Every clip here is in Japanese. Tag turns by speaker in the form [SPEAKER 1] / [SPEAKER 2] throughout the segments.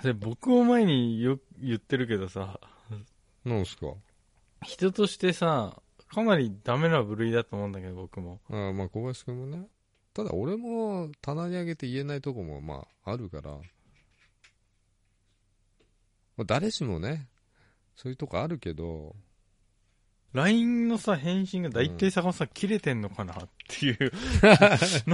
[SPEAKER 1] それ僕も前によく言ってるけどさ、
[SPEAKER 2] なんすか
[SPEAKER 1] 人としてさ、かなりダメな部類だと思うんだけど、僕も。
[SPEAKER 2] あーまあ小林君もねただ俺も棚に上げて言えないとこもまああるから、まあ、誰しもねそういうとこあるけど
[SPEAKER 1] LINE のさ、返信が大体坂本さん切れてんのかなって いう。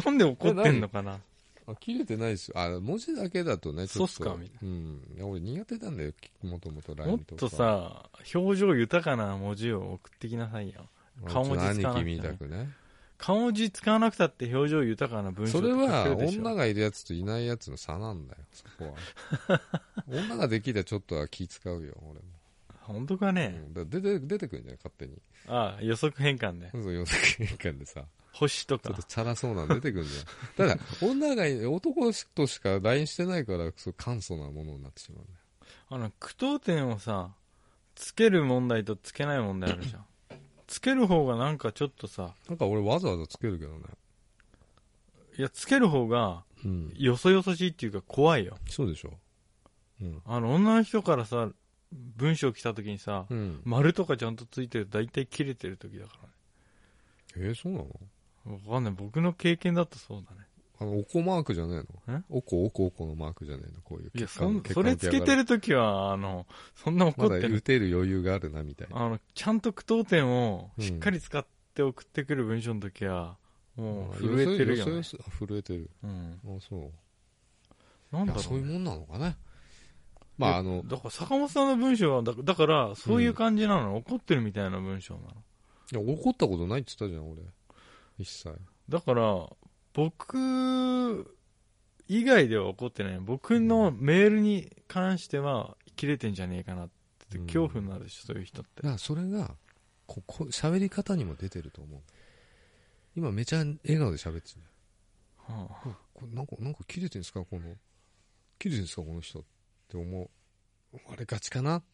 [SPEAKER 1] なんで怒ってんのかな
[SPEAKER 2] あ切れてないですよあ文字だけだとねち
[SPEAKER 1] そ
[SPEAKER 2] ょ
[SPEAKER 1] うっ
[SPEAKER 2] っと
[SPEAKER 1] すかみたい
[SPEAKER 2] うんいや俺苦手なんだよもともと
[SPEAKER 1] も
[SPEAKER 2] LINE
[SPEAKER 1] っ
[SPEAKER 2] とか
[SPEAKER 1] とさ、表情豊かな文字を送ってきなさいよ。顔文字使わなくてね
[SPEAKER 2] 兄貴みたくね
[SPEAKER 1] 顔文字使わなくたって表情豊かな文章
[SPEAKER 2] そ
[SPEAKER 1] って
[SPEAKER 2] れ
[SPEAKER 1] 書け
[SPEAKER 2] は
[SPEAKER 1] るでしょ
[SPEAKER 2] 女がいるやつといないやつの差なんだよそこは 女ができりゃちょっとは気使うよ俺も、
[SPEAKER 1] 本当か
[SPEAKER 2] う
[SPEAKER 1] ね、
[SPEAKER 2] ん、だから出て出てくるんじゃない勝手に
[SPEAKER 1] ああ予測変換で。
[SPEAKER 2] そう予測変換でさ
[SPEAKER 1] 星と
[SPEAKER 2] ちょっ
[SPEAKER 1] か
[SPEAKER 2] と。チャラそうなの出てくるんじゃんただ女がい男としか LINE してないからそう簡素なものになってしまうんだよ
[SPEAKER 1] あの、句読点をさ、つける問題とつけない問題あるじゃ ん。つける方がなんかちょっとさ、
[SPEAKER 2] なんか俺わざわざつけるけどね
[SPEAKER 1] いや、つける方が、
[SPEAKER 2] うん
[SPEAKER 1] よそよそしいっていうか怖いよ。
[SPEAKER 2] そうでしょうん、
[SPEAKER 1] あの、女の人からさ、文章来た時にさ、
[SPEAKER 2] うん、
[SPEAKER 1] 丸とかちゃんとついてると大体切れてる時だか
[SPEAKER 2] えー、そうなの
[SPEAKER 1] らね。わかんない。僕の経験だとそうだね。
[SPEAKER 2] あのおこマークじゃねえの
[SPEAKER 1] ん
[SPEAKER 2] おこおこおこのマークじゃねえのこういう
[SPEAKER 1] いや、
[SPEAKER 2] 血
[SPEAKER 1] そ
[SPEAKER 2] 管
[SPEAKER 1] ん
[SPEAKER 2] 血
[SPEAKER 1] そ
[SPEAKER 2] 管
[SPEAKER 1] れ
[SPEAKER 2] 浮き
[SPEAKER 1] つ
[SPEAKER 2] 上が
[SPEAKER 1] けてる時は、あの、そんな怒
[SPEAKER 2] ま
[SPEAKER 1] っ
[SPEAKER 2] だ
[SPEAKER 1] て
[SPEAKER 2] 打
[SPEAKER 1] る。
[SPEAKER 2] てる余裕があるなみたいな
[SPEAKER 1] あの、ちゃんと句読点をしっかり使って送ってくる文章の時は、もう震えてるよね
[SPEAKER 2] よ。そよそあ震えてる。
[SPEAKER 1] うん。
[SPEAKER 2] あ、そう。
[SPEAKER 1] なん
[SPEAKER 2] い
[SPEAKER 1] だ
[SPEAKER 2] や、
[SPEAKER 1] ろ
[SPEAKER 2] そう
[SPEAKER 1] う
[SPEAKER 2] いう
[SPEAKER 1] ね。
[SPEAKER 2] もんなのかね。まあ、あの、
[SPEAKER 1] だから坂本さんの文章はだ、だから、そういう感じなの、怒ってるみたいな文章なの。
[SPEAKER 2] いや怒ったことないって言ったじゃん、俺。一切。
[SPEAKER 1] だから、僕以外では怒ってない。僕のメールに関しては、切れてんじゃねえかなって、
[SPEAKER 2] うん
[SPEAKER 1] 恐怖になるでしょ、そういう人って
[SPEAKER 2] い。や、それが、ここ、喋り方にも出てると思う。今、めちゃ笑顔で喋ってる。
[SPEAKER 1] はあ
[SPEAKER 2] これなんか、なんか切れてんすか、この、切れてんすか、この人って思う。あれ、ガチかなだか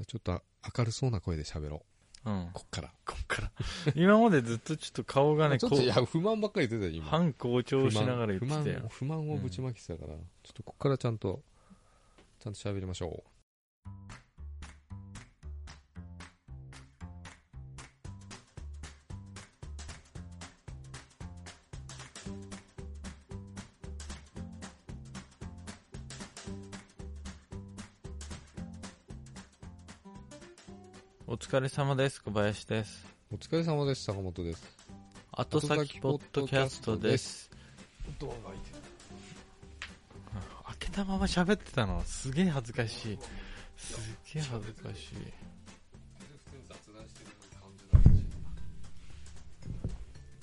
[SPEAKER 2] らちょっと明るそうな声で喋ろ
[SPEAKER 1] う
[SPEAKER 2] う。
[SPEAKER 1] ん、
[SPEAKER 2] こっから。
[SPEAKER 1] こっから今までずっとちょっと顔がね
[SPEAKER 2] ちょっ、
[SPEAKER 1] こと
[SPEAKER 2] いうや、不満ばっかり出てたよ、今。
[SPEAKER 1] 反校長しながら言っ
[SPEAKER 2] 不
[SPEAKER 1] て
[SPEAKER 2] 満
[SPEAKER 1] たよ
[SPEAKER 2] 不満をぶちまけてたから、ちょっとここからちゃんとちゃんと喋りましょ
[SPEAKER 1] お疲れ様です小林です
[SPEAKER 2] うお疲れ様です坂本です
[SPEAKER 1] 後先ポッドキャストです
[SPEAKER 2] ドアが開いてる
[SPEAKER 1] 開けたまま喋ってたのすげえ恥ずかしいすげえ恥ずかしい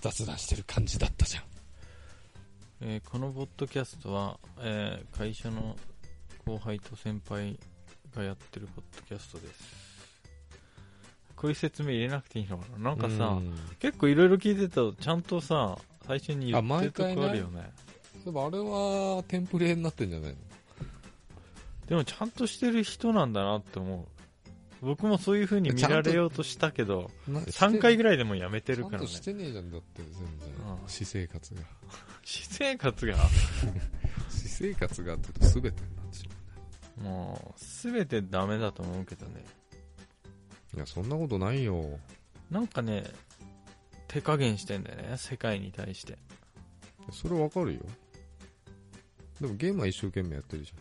[SPEAKER 2] 雑談してる感じだったじゃん
[SPEAKER 1] えーこのポッドキャストは、えー会社の後輩と先輩がやってるポッドキャストですこういう説明入れなくていいのかななんかさ、
[SPEAKER 2] うん
[SPEAKER 1] 結構いろいろ聞いてたとちゃんとさ最初に言ってるとこ
[SPEAKER 2] あ毎回ね
[SPEAKER 1] あるよね
[SPEAKER 2] そういえばあれはテンプレになってんじゃないの
[SPEAKER 1] でもちゃんとしてる人なんだなって思う僕もそういう風に見られようとしたけど
[SPEAKER 2] な
[SPEAKER 1] 3回
[SPEAKER 2] し
[SPEAKER 1] ぐらいでもやめて
[SPEAKER 2] て
[SPEAKER 1] るから
[SPEAKER 2] ちゃん
[SPEAKER 1] ね
[SPEAKER 2] としてねえじゃんだって全
[SPEAKER 1] う
[SPEAKER 2] 然
[SPEAKER 1] ん
[SPEAKER 2] 私生活が
[SPEAKER 1] 私生活が
[SPEAKER 2] 私生活がって言うと全てになってしま
[SPEAKER 1] もう全てダメだと思うけどね
[SPEAKER 2] ういやそんなことないよ
[SPEAKER 1] なんかね手加減してんだよね世界に対して
[SPEAKER 2] それわかるよでもゲームは一生懸命やってるじ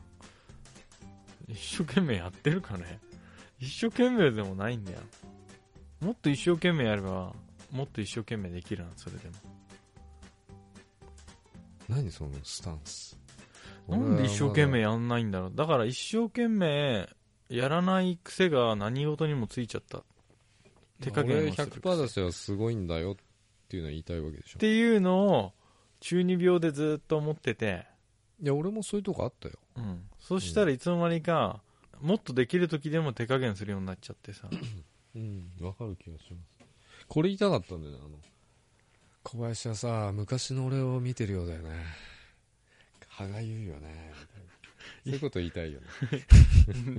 [SPEAKER 2] ゃん
[SPEAKER 1] 一生懸命やってるかね一生懸命でもないんだよもっと一生懸命やればもっと一生懸命できるなそれでも
[SPEAKER 2] 何そのスタンス
[SPEAKER 1] なんで一生懸命やんないんだろうだから一生懸命やらない癖が何事にもついちゃったっ手加減をする
[SPEAKER 2] 俺100%出せはすごいんだよっていうのは言いたいわけでしょ
[SPEAKER 1] ていうのを中二病でずっと思ってて、
[SPEAKER 2] いや俺もそういうとこあったよ
[SPEAKER 1] うん、そしたらいつの間にかもっとできる時でも手加減するようになっちゃってさ
[SPEAKER 2] うんわかる気がしますこれ言いたかったんだよねあの小林はさ昔の俺を見てるようだよね歯がゆいよね みたいなそういうこと言いたいよね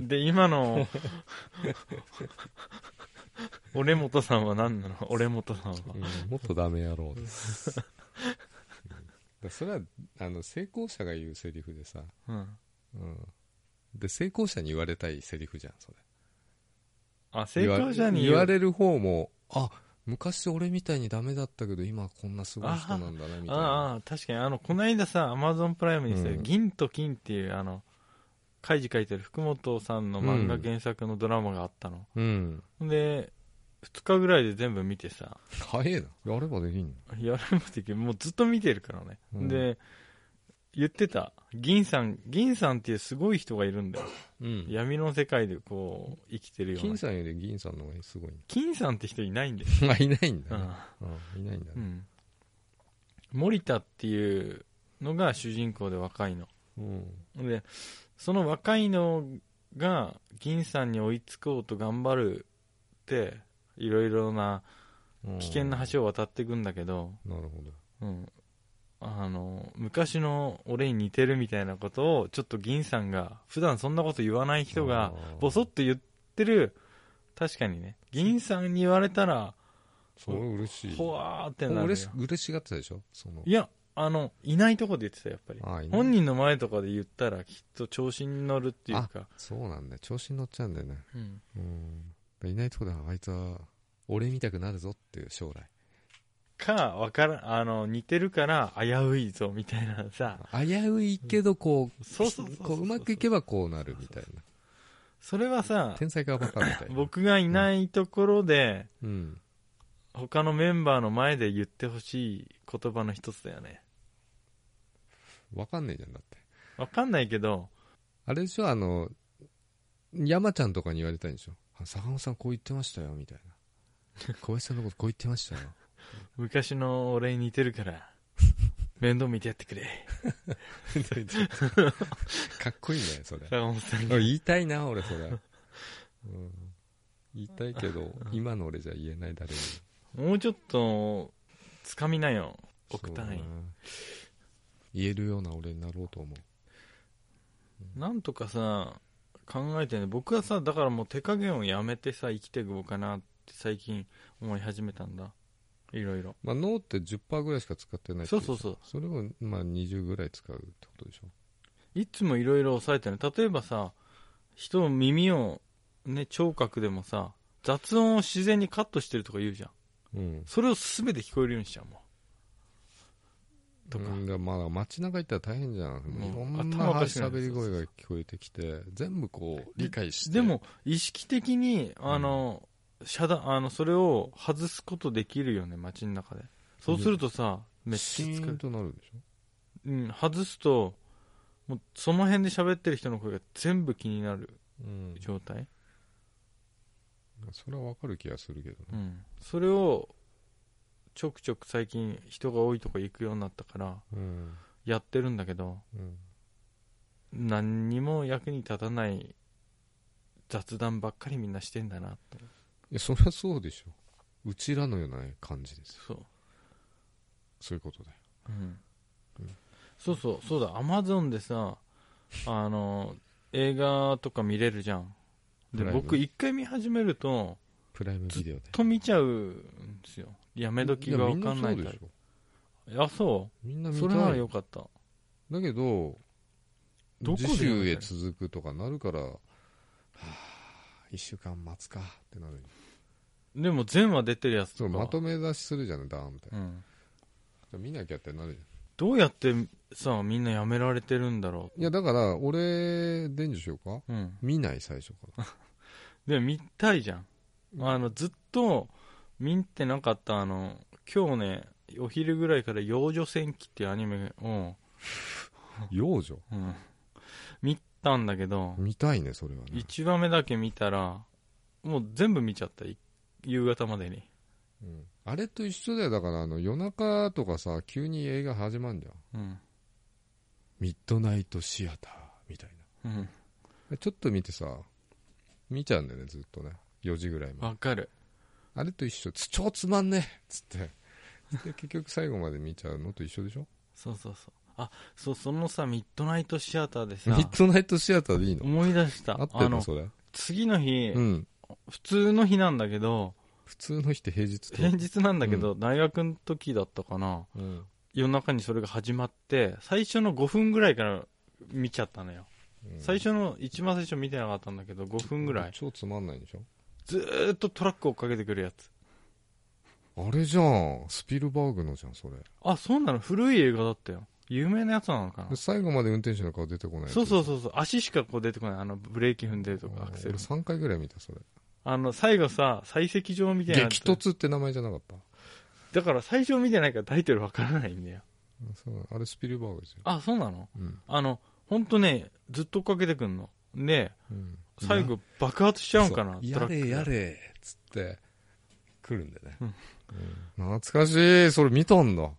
[SPEAKER 1] で今 の俺本さんは何なの俺本さんは
[SPEAKER 2] うんもっとダメ野郎です、 うんだからそれはあの成功者が言うセリフでさ
[SPEAKER 1] うん
[SPEAKER 2] うん、で成功者に言われたいセリフじゃんそれ
[SPEAKER 1] あ、成功者に
[SPEAKER 2] 言われる方もあ昔俺みたいにダメだったけど今こんなすごい人なんだねみたいな
[SPEAKER 1] ああ、確かに、あの、この間さ、アマゾンプライムにさ、
[SPEAKER 2] うん
[SPEAKER 1] 銀と金っていう、あの、カイジ書いてる福本さんの漫画
[SPEAKER 2] うん
[SPEAKER 1] 原作のドラマがあったの。
[SPEAKER 2] うん
[SPEAKER 1] で、2日ぐらいで全部見てさ、
[SPEAKER 2] 早えなやればできんの
[SPEAKER 1] やるまでもうずっと見てるからね。
[SPEAKER 2] うん
[SPEAKER 1] で、言ってた、銀さん、銀さんっていうすごい人がいるんだよ。
[SPEAKER 2] うん
[SPEAKER 1] 闇の世界でこう、生きてるような。
[SPEAKER 2] 金さんより銀さんの方がすごい
[SPEAKER 1] 金さんって人いないんだよ。
[SPEAKER 2] な あいないんだ
[SPEAKER 1] う
[SPEAKER 2] ね
[SPEAKER 1] ん
[SPEAKER 2] うんいないんだ
[SPEAKER 1] う
[SPEAKER 2] ね
[SPEAKER 1] ん。森田っていうのが主人公で若いの。
[SPEAKER 2] うん
[SPEAKER 1] でその若いのが銀さんに追いつこうと頑張るっていろいろな
[SPEAKER 2] うん
[SPEAKER 1] 危険な橋を渡っていくんだけど、
[SPEAKER 2] なるほど
[SPEAKER 1] うん、あの昔の俺に似てるみたいなことをちょっと銀さんが普段そんなこと言わない人が
[SPEAKER 2] あー
[SPEAKER 1] ボソッと言ってる確かにね銀さんに言われたら
[SPEAKER 2] それ嬉しい
[SPEAKER 1] ほわーってなる
[SPEAKER 2] 嬉
[SPEAKER 1] よ
[SPEAKER 2] し嬉しがってたでしょその
[SPEAKER 1] いやあのいないとこで言ってたやっぱり
[SPEAKER 2] あいない
[SPEAKER 1] 本人の前とかで言ったらきっと調子に乗るっていうか、
[SPEAKER 2] そうなんだよ調子に乗っちゃうんだよね
[SPEAKER 1] うん
[SPEAKER 2] うんいないとこであいつは俺みたくなるぞっていう将来
[SPEAKER 1] か、わからん、あの、似てるから危ういぞ、みたいなさ。
[SPEAKER 2] 危ういけどこう
[SPEAKER 1] そうそうそうそう
[SPEAKER 2] こううまくいけばこうなるみたいな
[SPEAKER 1] それはさ、
[SPEAKER 2] 天才かバカみたいな
[SPEAKER 1] 僕がいないところで、
[SPEAKER 2] うん
[SPEAKER 1] 他のメンバーの前で言ってほしい言葉の一つだよね。
[SPEAKER 2] わかんねえじゃんだって
[SPEAKER 1] わかんないけど、
[SPEAKER 2] あれでしょあの山ちゃんとかに言われたいんでしょあ坂本さんこう言ってましたよみたいな 小林さんのことこう言ってましたよ
[SPEAKER 1] 昔の俺に似てるから、面倒見てやってくれ。
[SPEAKER 2] かっこいいんだよそれ
[SPEAKER 1] 坂本さんが
[SPEAKER 2] 俺言いたいな俺それ、うん、言いたいけど今の俺じゃ言えない誰にも
[SPEAKER 1] もうちょっと、つかみなよ、億
[SPEAKER 2] そうだ
[SPEAKER 1] 単位
[SPEAKER 2] な。言えるような俺になろうと思う
[SPEAKER 1] なんとかさ、考えてね、僕はさ、だからもう手加減をやめてさ、生きていこうかなって最近思い始めたんだ。いろいろ。
[SPEAKER 2] まあ、脳って10%ぐらいしか使ってないって
[SPEAKER 1] そ
[SPEAKER 2] いう
[SPEAKER 1] そうそう。
[SPEAKER 2] それをまあ20ぐらい使うってことでしょ
[SPEAKER 1] いつもいろいろ抑えてる。例えばさ、人の耳を、ね、聴覚でもさ、雑音を自然にカットしてるとか言うじゃん。
[SPEAKER 2] うん
[SPEAKER 1] それを全て聞こえるようにしちゃうもん。とか。
[SPEAKER 2] うんがまあ街中行ったら大変じゃん、
[SPEAKER 1] ん
[SPEAKER 2] いろんな
[SPEAKER 1] 頭おかしくなる
[SPEAKER 2] 喋り声が聞こえてきて全部こう理解して
[SPEAKER 1] でも、意識的に、あの、遮断、あの、それを外すことできるよね、街の中で。そうするとさ、めっち
[SPEAKER 2] シ
[SPEAKER 1] ゃ疲
[SPEAKER 2] ー
[SPEAKER 1] れ
[SPEAKER 2] ンとなるでしょ
[SPEAKER 1] うん、外すと、もうその辺で喋ってる人の声が全部気になる
[SPEAKER 2] うん
[SPEAKER 1] 状態。
[SPEAKER 2] それはわかる気がするけど
[SPEAKER 1] う
[SPEAKER 2] ね、
[SPEAKER 1] ん。それを、ちょくちょく最近人が多いとこ行くようになったから、
[SPEAKER 2] うん
[SPEAKER 1] やってるんだけど、
[SPEAKER 2] うん
[SPEAKER 1] 何にも役に立たない雑談ばっかりみんなしてんだなと。
[SPEAKER 2] いやそりゃそうでしょうちらのような感じですよ
[SPEAKER 1] そう。
[SPEAKER 2] そういうことだよ
[SPEAKER 1] うん
[SPEAKER 2] うん。
[SPEAKER 1] そうそう、そうだ、アマゾンでさ、あの、映画とか見れるじゃん。で、
[SPEAKER 2] プライム
[SPEAKER 1] 僕一回見始めると、
[SPEAKER 2] プライムビデオで
[SPEAKER 1] ずっと見ちゃうんですよやめ時が分かんない
[SPEAKER 2] やみん
[SPEAKER 1] から
[SPEAKER 2] なそうでしょ
[SPEAKER 1] あそ
[SPEAKER 2] みんな
[SPEAKER 1] う
[SPEAKER 2] 見
[SPEAKER 1] それな
[SPEAKER 2] た
[SPEAKER 1] ら
[SPEAKER 2] い
[SPEAKER 1] よかった
[SPEAKER 2] だけど
[SPEAKER 1] どこで
[SPEAKER 2] 次週へ続くとかなるからはあ1週間待つかってなる
[SPEAKER 1] でも全話出てるやつと
[SPEAKER 2] そう
[SPEAKER 1] かは
[SPEAKER 2] まとめ出しするじゃんダーンみたいな
[SPEAKER 1] うん、
[SPEAKER 2] じゃあ見なきゃってなるじゃ
[SPEAKER 1] どうやってさみんなやめられてるんだろ
[SPEAKER 2] んいやだから俺伝授しようか
[SPEAKER 1] う、うん、
[SPEAKER 2] 見ない最初から
[SPEAKER 1] でも見たいじゃんあのずっと見てなかったあの今日ねお昼ぐらいから「幼女戦記」っていうアニメを、
[SPEAKER 2] 幼女
[SPEAKER 1] うん、見たんだけど、
[SPEAKER 2] 見たいねそれはね
[SPEAKER 1] 一1話目だけ見たらもう全部見ちゃったい夕方までに
[SPEAKER 2] うんあれと一緒だよだからあの夜中とかさ急に映画始まんじゃん
[SPEAKER 1] うん、
[SPEAKER 2] ミッドナイトシアターみたい
[SPEAKER 1] うん、
[SPEAKER 2] なちょっと見てさ見ちゃうんだよねずっとね4時ぐらいまで
[SPEAKER 1] わかる
[SPEAKER 2] あれと一緒つ超つまんねえっつってで結局最後まで見ちゃうのと一緒 でしょ
[SPEAKER 1] そうそうそうあそうそのさミッドナイトシアターで
[SPEAKER 2] ミ
[SPEAKER 1] さ
[SPEAKER 2] ッドナイトシアターでいいの
[SPEAKER 1] 思い出した
[SPEAKER 2] 合って
[SPEAKER 1] あ
[SPEAKER 2] る
[SPEAKER 1] の
[SPEAKER 2] のそれ
[SPEAKER 1] 次の日、
[SPEAKER 2] うん
[SPEAKER 1] 普通の日なんだけど
[SPEAKER 2] 普通の日って 平日と
[SPEAKER 1] 平日なんだけど、大学の時だったかな
[SPEAKER 2] うん
[SPEAKER 1] 夜中にそれが始まって最初の5分ぐらいから見ちゃったのよ
[SPEAKER 2] うん
[SPEAKER 1] 最初の一番最初見てなかったんだけど5分ぐらい
[SPEAKER 2] 超つまんないでしょ
[SPEAKER 1] ずーっとトラック追っかけてくるやつ
[SPEAKER 2] あれじゃんスピルバーグのじゃんそれ
[SPEAKER 1] あそうなの古い映画だったよ有名なやつなのかな
[SPEAKER 2] で最後まで運転手の顔出てこない
[SPEAKER 1] そうそう
[SPEAKER 2] う
[SPEAKER 1] そうそう足しかこう出てこないあのブレーキ踏んでるとかアクセ
[SPEAKER 2] 俺
[SPEAKER 1] ル
[SPEAKER 2] 3回ぐらい見たそれ
[SPEAKER 1] あの最後さ採石場みたいなやつ
[SPEAKER 2] 激突って名前じゃなかった
[SPEAKER 1] だから最初見てないからタイトルわからないんだよ
[SPEAKER 2] そうあれスピルバーグですよ、
[SPEAKER 1] あそうなの
[SPEAKER 2] うん
[SPEAKER 1] あのほんとねずっと追っかけてくんので
[SPEAKER 2] うん
[SPEAKER 1] 最後爆発しちゃうんかな
[SPEAKER 2] そう
[SPEAKER 1] ト
[SPEAKER 2] や
[SPEAKER 1] ラック
[SPEAKER 2] れ
[SPEAKER 1] が
[SPEAKER 2] やれっつって来るんでね、
[SPEAKER 1] うん
[SPEAKER 2] うん懐かしいそれ見たんだ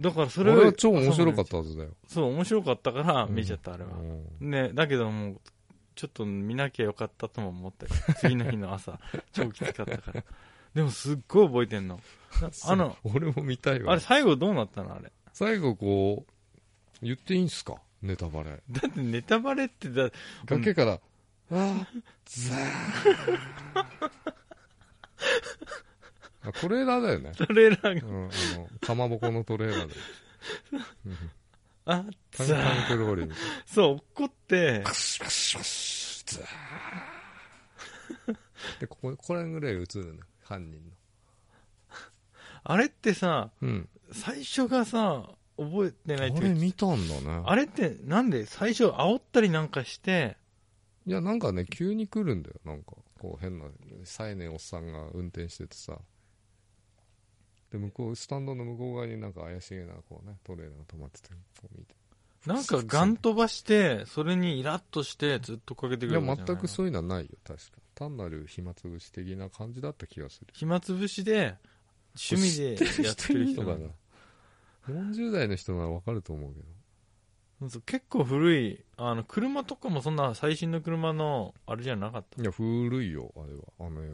[SPEAKER 1] だからそ
[SPEAKER 2] そ
[SPEAKER 1] れ
[SPEAKER 2] れ
[SPEAKER 1] を
[SPEAKER 2] は超面白かったはずだよ
[SPEAKER 1] そう面白かったから見ちゃった、あれは
[SPEAKER 2] うん
[SPEAKER 1] ね、だけどもう、ちょっと見なきゃよかったとも思 ったり、次の日の朝、超きつかったから。でもすっごい覚えてんの。あ の、
[SPEAKER 2] 俺も見たいわ
[SPEAKER 1] あれ最後どうなったのあれ。
[SPEAKER 2] 最後こう言っていいんすかネタバレ
[SPEAKER 1] だってネタバレってだ、
[SPEAKER 2] 崖から、あーザーあトレーラーだよね、
[SPEAKER 1] トレーラー
[SPEAKER 2] う
[SPEAKER 1] が、
[SPEAKER 2] ん、あのかまぼこのトレーラーで
[SPEAKER 1] あ、
[SPEAKER 2] タン
[SPEAKER 1] ザー
[SPEAKER 2] タンクローリーみたい
[SPEAKER 1] そう、怒って
[SPEAKER 2] な、クシュクシュクシュザーでこここれぐらい映るね犯人の
[SPEAKER 1] あれってさ、
[SPEAKER 2] うん
[SPEAKER 1] 最初がさ、覚えて
[SPEAKER 2] あ
[SPEAKER 1] ないって
[SPEAKER 2] れ
[SPEAKER 1] いうか
[SPEAKER 2] 見たんだね
[SPEAKER 1] あれってなんで最初煽ったりなんかして、
[SPEAKER 2] いやなんかね急に来るんだよなんかこう変なサイネンおっさんが運転しててさで向こうスタンドの向こう側になんか怪しげなこうねトレーラーが止まっててこう見て
[SPEAKER 1] なんかガン飛ばして、それにイラッとしてずっとかけてく
[SPEAKER 2] い
[SPEAKER 1] る
[SPEAKER 2] や
[SPEAKER 1] んじゃないの
[SPEAKER 2] 全くそういうのはないよ確か単なる暇つぶし的な感じだった気がする
[SPEAKER 1] 暇つぶしで趣味でやってる人
[SPEAKER 2] 知
[SPEAKER 1] が
[SPEAKER 2] ってる人いいのかな40代の人ならわかると思うけど
[SPEAKER 1] そう結構古いあの車とかもそんな最新の車のあれじゃなかった、
[SPEAKER 2] いや古いよあれはあの映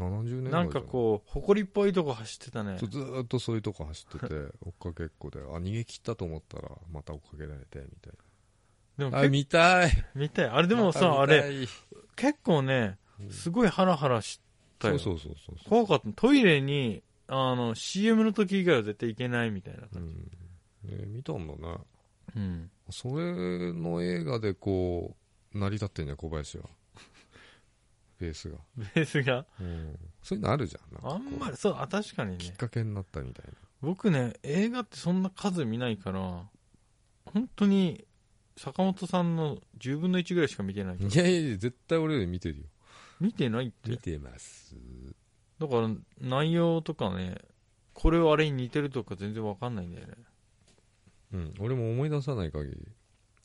[SPEAKER 2] 画は70年代
[SPEAKER 1] なんかこう埃っぽいとこ走ってたね
[SPEAKER 2] そうずーっとそういうとこ走ってて追っかけっこであ逃げ切ったと思ったらまた追っかけられてみたい
[SPEAKER 1] でも
[SPEAKER 2] なあ
[SPEAKER 1] 結構
[SPEAKER 2] 見たい
[SPEAKER 1] 見たいあれでもさ、
[SPEAKER 2] ま
[SPEAKER 1] あ
[SPEAKER 2] た見た
[SPEAKER 1] れ
[SPEAKER 2] い
[SPEAKER 1] 結構ね
[SPEAKER 2] うん
[SPEAKER 1] すごいハラハラした
[SPEAKER 2] そ
[SPEAKER 1] よ
[SPEAKER 2] うそうそうそうそう
[SPEAKER 1] 怖かったトイレにあの CM の時以外は絶対行けないみたいな
[SPEAKER 2] う
[SPEAKER 1] 感
[SPEAKER 2] んね見たんだね
[SPEAKER 1] じ、うん
[SPEAKER 2] それの映画でこう成り立ってんじゃん小林は ベースが、
[SPEAKER 1] ベースが
[SPEAKER 2] うん、そういうのあるじゃん
[SPEAKER 1] あんま
[SPEAKER 2] り
[SPEAKER 1] りそうあ確かに
[SPEAKER 2] き
[SPEAKER 1] ね
[SPEAKER 2] っかけになったみたいな
[SPEAKER 1] 僕ね映画ってそんな数見ないから本当に坂本さんの10分の1ぐらいしか見てない
[SPEAKER 2] いやいやいや絶対俺より見てるよ
[SPEAKER 1] 見てないって
[SPEAKER 2] てます
[SPEAKER 1] だから内容とかねこれはあれに似てるとか全然わかんないんだよね
[SPEAKER 2] うん俺も思い出さない限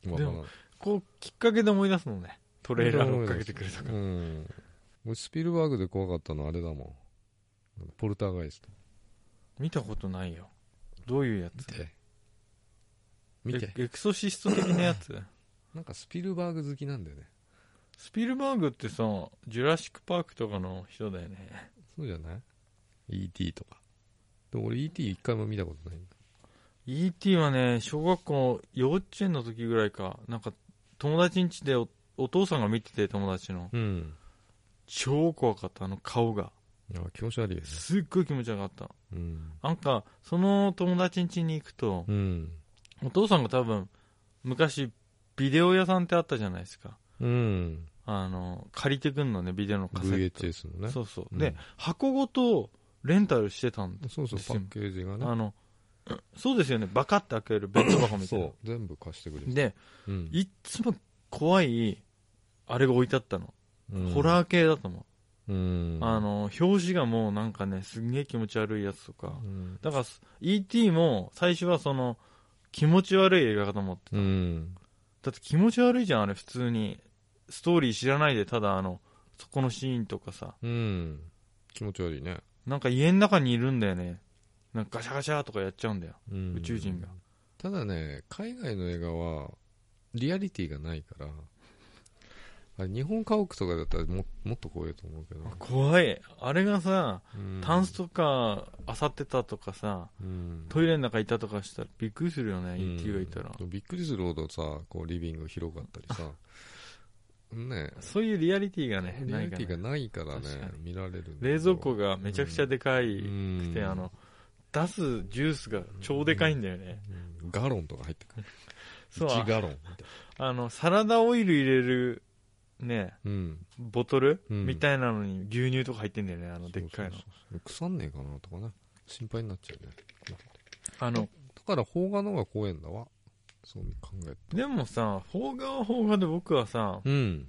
[SPEAKER 2] りわからない
[SPEAKER 1] こうきっかけで思い出すのねトレーラーを追っかけてくるとか
[SPEAKER 2] うん俺スピルバーグで怖かったのあれだもんポルターガイスト
[SPEAKER 1] 見たことないよどういうやつ
[SPEAKER 2] 見て
[SPEAKER 1] エエクソシスト的なやつ
[SPEAKER 2] なんかスピルバーグ好きなんだよね
[SPEAKER 1] スピルバーグってさジュラシック・パークとかの人だよね
[SPEAKER 2] そうじゃない ?E.T. とか。でも俺 E.T. 一回も見たことないんだ。
[SPEAKER 1] E.T. はね、小学校、幼稚園の時ぐらいか、なんか、友達ん家でおお父さんが見てて、友達の。
[SPEAKER 2] うん。
[SPEAKER 1] 超怖かった、あの顔が。
[SPEAKER 2] あ気持ち悪いよね。
[SPEAKER 1] すっごい気持ち悪かった。
[SPEAKER 2] うん。
[SPEAKER 1] なんか、その友達ん家に行くと、
[SPEAKER 2] うん。
[SPEAKER 1] お父さんが多分、昔、ビデオ屋さんってあったじゃないですか。
[SPEAKER 2] うん。
[SPEAKER 1] あの、借りてくんのね、ビデオのカセット。
[SPEAKER 2] VHS のね。
[SPEAKER 1] そうそう。
[SPEAKER 2] うん
[SPEAKER 1] で、箱ごと、レンタルしてたんで
[SPEAKER 2] そうそう、
[SPEAKER 1] です
[SPEAKER 2] パ
[SPEAKER 1] よ
[SPEAKER 2] ッケージがね
[SPEAKER 1] あ。の、そうですよね、バカって開ける弁当箱みたいな
[SPEAKER 2] そ。う。全部貸してくれて。
[SPEAKER 1] で、
[SPEAKER 2] うん。
[SPEAKER 1] いっつも怖い、あれが置いてあったの。
[SPEAKER 2] うん
[SPEAKER 1] ホラー系だと思
[SPEAKER 2] うん
[SPEAKER 1] う。。あの、表紙がもうなんかね、すんげえ気持ち悪いやつとか
[SPEAKER 2] う。ん。
[SPEAKER 1] だから、E.T. も最初はその、気持ち悪い映画かと思ってた。
[SPEAKER 2] うん。
[SPEAKER 1] だって気持ち悪いじゃん、あれ、普通に。ストーリー知らないで、ただあの、そこのシーンとかさ。
[SPEAKER 2] うん。気持ち悪いね。
[SPEAKER 1] なんか家の中にいるんだよね。なんかガシャガシャとかやっちゃうんだよ。
[SPEAKER 2] うん
[SPEAKER 1] 宇宙人が。
[SPEAKER 2] ただね、海外の映画は、リアリティがないから、あれ日本家屋とかだったらももっと怖いと思うけど。
[SPEAKER 1] 怖い。あれがさ、
[SPEAKER 2] うん
[SPEAKER 1] タンスとか、漁ってたとかさ、
[SPEAKER 2] うん
[SPEAKER 1] トイレの中いたとかしたらびっくりするよね、
[SPEAKER 2] うん
[SPEAKER 1] E.T. がいたら。
[SPEAKER 2] びっくりするほどさこうリビング広かったりさね
[SPEAKER 1] そういうリアリティがね
[SPEAKER 2] え、リ
[SPEAKER 1] な
[SPEAKER 2] ア
[SPEAKER 1] い
[SPEAKER 2] リ
[SPEAKER 1] か
[SPEAKER 2] ティが
[SPEAKER 1] ら。
[SPEAKER 2] ないからね
[SPEAKER 1] 確かに
[SPEAKER 2] 見られる
[SPEAKER 1] 冷蔵庫がめちゃくちゃでかい
[SPEAKER 2] うん
[SPEAKER 1] くて、あの、出すジュースが超でかいんだよね。
[SPEAKER 2] うんガロンとか入ってくる
[SPEAKER 1] そう、
[SPEAKER 2] 1
[SPEAKER 1] あ
[SPEAKER 2] ガロンみたい
[SPEAKER 1] あの、サラダオイル入れる、ね、
[SPEAKER 2] うん。
[SPEAKER 1] ボトル、
[SPEAKER 2] うん
[SPEAKER 1] みたいなのに牛乳とか入ってんだよね、あの、でっかいの。
[SPEAKER 2] そうそうそう腐んねえかなとかね。心配になっちゃうね。
[SPEAKER 1] あの、
[SPEAKER 2] だから、邦画の方が怖えんだわ。そう考えて。
[SPEAKER 1] でもさ、邦画は邦画で僕はさ、
[SPEAKER 2] うん。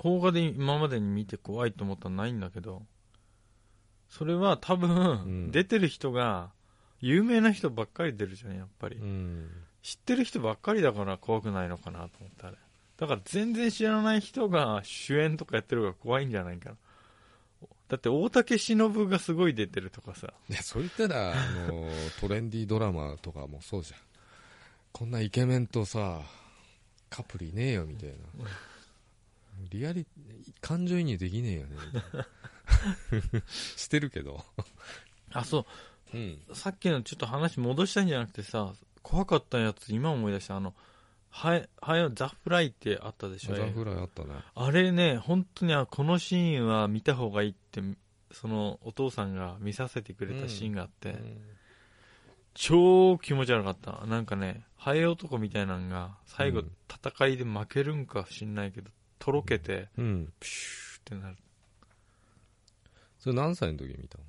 [SPEAKER 1] 邦画で今までに見て怖いと思ったのないんだけど、それは多分、
[SPEAKER 2] うん
[SPEAKER 1] 出てる人が、有名な人ばっかり出るじゃん、やっぱり。
[SPEAKER 2] うん。
[SPEAKER 1] 知ってる人ばっかりだから怖くないのかなと思ったあれだから全然知らない人が主演とかやってる方が怖いんじゃないかなだって大竹しのぶがすごい出てるとかさ
[SPEAKER 2] いや、それ言ったら、あの、 トレンディードラマとかもそうじゃん。こんなイケメンとさ、カップルいねえよ、みたいな。リアリ、感情移入できねえよね、 みたいなしてるけど。
[SPEAKER 1] あそ
[SPEAKER 2] うん。
[SPEAKER 1] うさっきのちょっと話戻したいんじゃなくてさ怖かったやつ今思い出したあのハエハエのザ・フライってあったでし
[SPEAKER 2] シ
[SPEAKER 1] ょ
[SPEAKER 2] ャザフライあったね。
[SPEAKER 1] あれね本当にあこのシーンは見た方がいいってそのお父さんが見させてくれたシーンがあって、超気持ち悪かったなんかねハエ男みたいなのが最後、
[SPEAKER 2] うん
[SPEAKER 1] 戦いで負けるんか知んないけどとろけて
[SPEAKER 2] うん。
[SPEAKER 1] プシューってなる
[SPEAKER 2] それ何歳の時見たの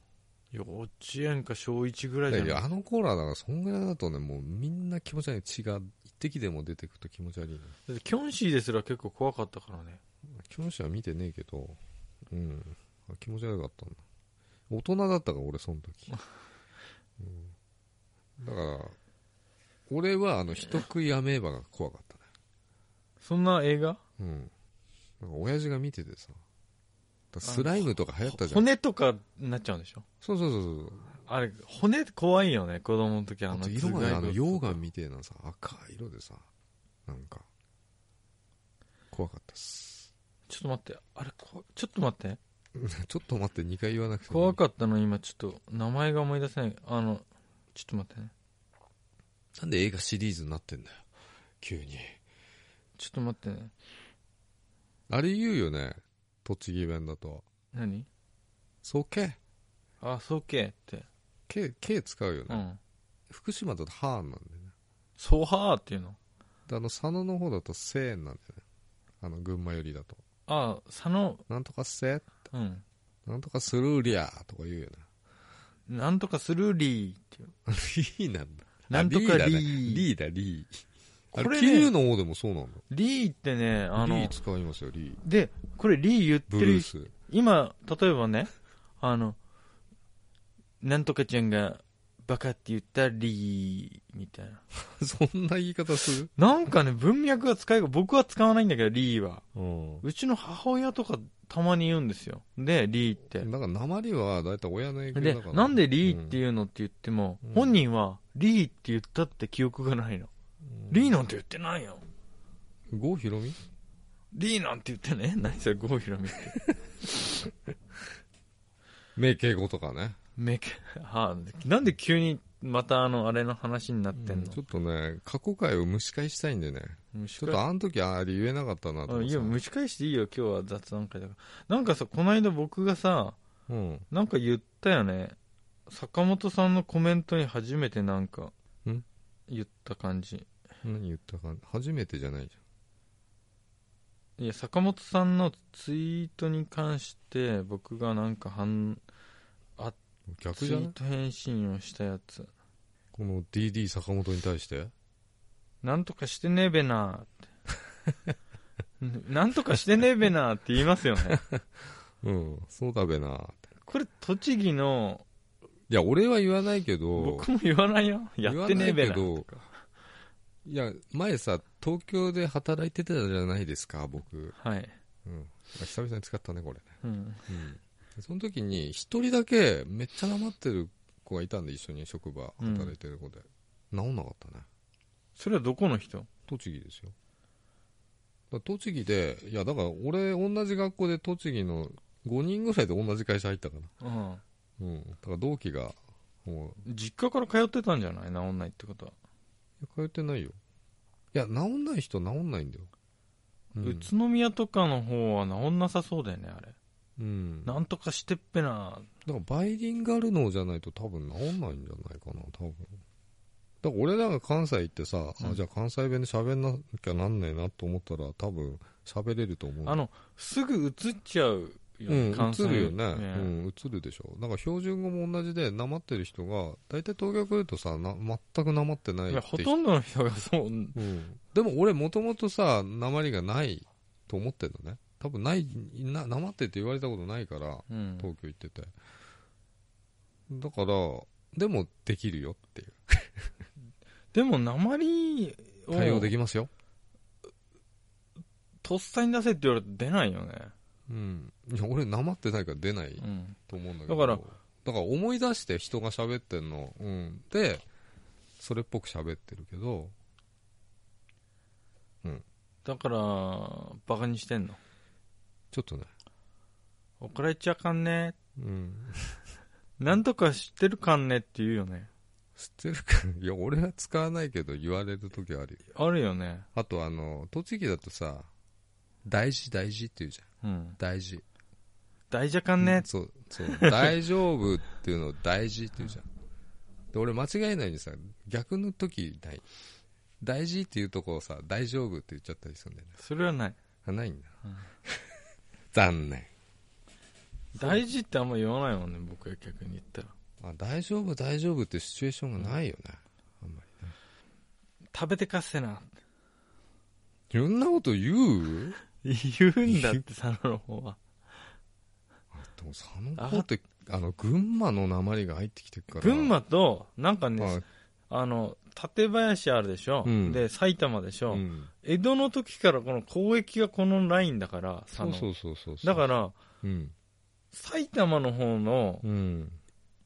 [SPEAKER 1] 幼稚園か小1ぐらい
[SPEAKER 2] い
[SPEAKER 1] じ
[SPEAKER 2] や
[SPEAKER 1] ゃ
[SPEAKER 2] いや、
[SPEAKER 1] ん
[SPEAKER 2] あの頃はだから、そんぐらいだとね、もうみんな気持ち悪い。血が一滴でも出てくと気持ち悪いね。
[SPEAKER 1] キョンシーですら結構怖かったからね
[SPEAKER 2] 教師は見てねえけど、うん。あ気持ち悪かったんだ。大人だったから、俺、その 時。うん、だから、俺は、あの、人食いアメーバが怖かったね。
[SPEAKER 1] そんな映画
[SPEAKER 2] うん。なんか、親父が見ててさ、だからスライムとか流行ったじゃん。
[SPEAKER 1] 骨とかになっちゃうんでしょ
[SPEAKER 2] そうそうそうそう。
[SPEAKER 1] あれ骨怖いよね子供の時あ
[SPEAKER 2] あ
[SPEAKER 1] の
[SPEAKER 2] と色がね、あの、
[SPEAKER 1] 頭蓋骨
[SPEAKER 2] 溶岩みてえなさ、赤い色でさ、なんか、怖かったっす。
[SPEAKER 1] ちょっと待ってあれこちょっと待って
[SPEAKER 2] ちょっと待って、2回言わなくてもいい
[SPEAKER 1] 怖かったの今ちょっと名前が思い出せないあのちょっと待ってね
[SPEAKER 2] なんで映画シリーズになってんだよ。急に。
[SPEAKER 1] ちょっと待ってね
[SPEAKER 2] あれ言うよね。栃木弁だと。
[SPEAKER 1] 何
[SPEAKER 2] そう、け。
[SPEAKER 1] あそうけって
[SPEAKER 2] け、け使うよね。
[SPEAKER 1] うん
[SPEAKER 2] 福島だとはーんなんだよね。
[SPEAKER 1] ソハーっていうの
[SPEAKER 2] であの、佐野の方だとせーんなんだよね。あの、群馬寄りだと。
[SPEAKER 1] あ佐野
[SPEAKER 2] なんとかせ
[SPEAKER 1] うん
[SPEAKER 2] なんとかスルーリャーとか言うよね。
[SPEAKER 1] なんとかするリーっていう
[SPEAKER 2] リーなんだ。
[SPEAKER 1] なんとか
[SPEAKER 2] あ
[SPEAKER 1] リー
[SPEAKER 2] リーだね、リーだ、リー。
[SPEAKER 1] こ
[SPEAKER 2] こ
[SPEAKER 1] れ
[SPEAKER 2] れ、
[SPEAKER 1] ね
[SPEAKER 2] ね、桐生の方でもそうなんだ。
[SPEAKER 1] リーってねあ
[SPEAKER 2] リー
[SPEAKER 1] の
[SPEAKER 2] 使いますよ、リー。
[SPEAKER 1] でこれリー言って
[SPEAKER 2] ブル
[SPEAKER 1] る
[SPEAKER 2] ース。
[SPEAKER 1] 今例えばねあのなんとかちゃんがバカって言ったリーみたいな
[SPEAKER 2] そんな言い方する
[SPEAKER 1] なんかね文脈が使い僕は使わないんだけどリーは
[SPEAKER 2] うん。
[SPEAKER 1] うちの母親とかたまに言うんですよでリーって
[SPEAKER 2] なんか、鉛はだいたい親の影響だ
[SPEAKER 1] で
[SPEAKER 2] から。
[SPEAKER 1] なんでリーっていうのって言っても、
[SPEAKER 2] うん
[SPEAKER 1] 本人はリーって言ったって記憶がないの、
[SPEAKER 2] うん、
[SPEAKER 1] リーなんて言ってないよ
[SPEAKER 2] 郷ひろみ
[SPEAKER 1] リーなんて言ってね何それ郷ひろみ
[SPEAKER 2] 名敬語とかね。
[SPEAKER 1] めけはあ、なんで急にまたあのあれの話になってんの、
[SPEAKER 2] ちょっとね、過去回を蒸し返したいんでね。
[SPEAKER 1] 虫
[SPEAKER 2] ちょ
[SPEAKER 1] か
[SPEAKER 2] っとあの時あれ言えなかったなと
[SPEAKER 1] あ
[SPEAKER 2] 思っ
[SPEAKER 1] い
[SPEAKER 2] てさ。
[SPEAKER 1] や蒸し返していいよ今日は雑談会だからなんかさこの間僕がさ
[SPEAKER 2] うん。
[SPEAKER 1] なんか言ったよね坂本さんのコメントに初めてなんか
[SPEAKER 2] ん
[SPEAKER 1] 言った感じ
[SPEAKER 2] 何言ったか。初めてじゃないじ
[SPEAKER 1] いや坂本さんのツイートに関して僕がなんか反
[SPEAKER 2] ゃん。
[SPEAKER 1] ツ
[SPEAKER 2] 逆
[SPEAKER 1] イ
[SPEAKER 2] じゃ
[SPEAKER 1] ー
[SPEAKER 2] ない
[SPEAKER 1] ト返信をしたやつ
[SPEAKER 2] この DD 坂本に対して
[SPEAKER 1] なんとかしてねえべなーって なんとかしてねえべなーって言いますよ ね
[SPEAKER 2] うん。そうだべなって。
[SPEAKER 1] これ栃木の
[SPEAKER 2] いや、俺は言わないけど、
[SPEAKER 1] 僕も言わないよやってねえべな
[SPEAKER 2] 言わないけいや、前さ、東京で働いてたじゃないですか、僕。
[SPEAKER 1] はい、
[SPEAKER 2] うん。久々に使ったね、これ。
[SPEAKER 1] うん、
[SPEAKER 2] うん。その時に、一人だけめっちゃ黙ってる子がいたんで、一緒に職場働いてる子で。治んなかったね。
[SPEAKER 1] それはどこの人
[SPEAKER 2] 栃木ですよだから栃木でいやだから俺同じ学校で栃木の5人ぐらいで同じ会社入ったか
[SPEAKER 1] うん
[SPEAKER 2] らうんだから同期がも
[SPEAKER 1] 実家から通ってたんじゃない治んないってことは、
[SPEAKER 2] う通ってないよいや治んない人治んないんだようん
[SPEAKER 1] 宇都宮とかの方は治んなさそうだよねあれ
[SPEAKER 2] うん、だか
[SPEAKER 1] なんとかしてっぺなー
[SPEAKER 2] らバイリンガル脳じゃないと多分治んないんじゃないかな多分だから俺らが関西行ってさ、
[SPEAKER 1] う
[SPEAKER 2] あ
[SPEAKER 1] ん
[SPEAKER 2] じゃあ関西弁で喋んなきゃなんねえなと思ったら多分喋れると思う
[SPEAKER 1] あのすぐ映っちゃうよ
[SPEAKER 2] う
[SPEAKER 1] ね、
[SPEAKER 2] ん、
[SPEAKER 1] 関西
[SPEAKER 2] 映るよね、
[SPEAKER 1] ね
[SPEAKER 2] うん、映るでしょ、なんか標準語も同じで、なまってる人が、大体東京来るとさ、な全くなまってないっ
[SPEAKER 1] い
[SPEAKER 2] て
[SPEAKER 1] や
[SPEAKER 2] 人
[SPEAKER 1] ほとんどの人がそう
[SPEAKER 2] うん、でも俺、もともとさ、なまりがないと思ってんのね、多分ないな、なまってって言われたことないから、
[SPEAKER 1] うん
[SPEAKER 2] 東京行ってて、だから、でもできるよっていう、
[SPEAKER 1] でも鉛を
[SPEAKER 2] 対応できますよ、
[SPEAKER 1] とっさに出せって言われたら出ないよね、
[SPEAKER 2] うん、いや俺、なまってないから出ない
[SPEAKER 1] うん、
[SPEAKER 2] と思うんだけど、
[SPEAKER 1] だから
[SPEAKER 2] だから思い出して人が喋ってんの、うん、で、それっぽく喋ってるけど、
[SPEAKER 1] だからバカにしてんの
[SPEAKER 2] ちょっとね、
[SPEAKER 1] 怒られちゃかんね
[SPEAKER 2] うん、
[SPEAKER 1] なんとか知ってるかんねって言うよね
[SPEAKER 2] 知ってるか、 いや、俺は使わないけど、言われる時あるよ。
[SPEAKER 1] あるよね
[SPEAKER 2] あと、あの、栃木だとさ、大事、大事って言うじゃん。
[SPEAKER 1] うん
[SPEAKER 2] 大事。
[SPEAKER 1] 大事ゃかんね
[SPEAKER 2] そう、そう、 大丈夫っていうのを大事って言うじゃん。で、俺間違えないにさ、逆の時ない。大事っていうとこをさ、大丈夫って言っちゃったりするんだよね。
[SPEAKER 1] それはない
[SPEAKER 2] あないんだ。
[SPEAKER 1] うん
[SPEAKER 2] 残念。
[SPEAKER 1] 大事ってあんま言わないもんね僕は逆に言ったら
[SPEAKER 2] あ大丈夫大丈夫ってシチュエーションがないよね、あんまり
[SPEAKER 1] 食べてかっせな
[SPEAKER 2] いろんなこと言う
[SPEAKER 1] 言うんだって佐野の方は
[SPEAKER 2] でも佐野子ってあの群馬の鉛が入ってきてるから
[SPEAKER 1] 群馬となんかね、
[SPEAKER 2] あ
[SPEAKER 1] あの館林あるでしょ、
[SPEAKER 2] うん
[SPEAKER 1] で埼玉でしょ、
[SPEAKER 2] うん、
[SPEAKER 1] 江戸の時からこの交易がこのラインだから佐
[SPEAKER 2] そ
[SPEAKER 1] 野
[SPEAKER 2] うそうそうそう
[SPEAKER 1] だから
[SPEAKER 2] うん、
[SPEAKER 1] 埼玉の方の
[SPEAKER 2] うん、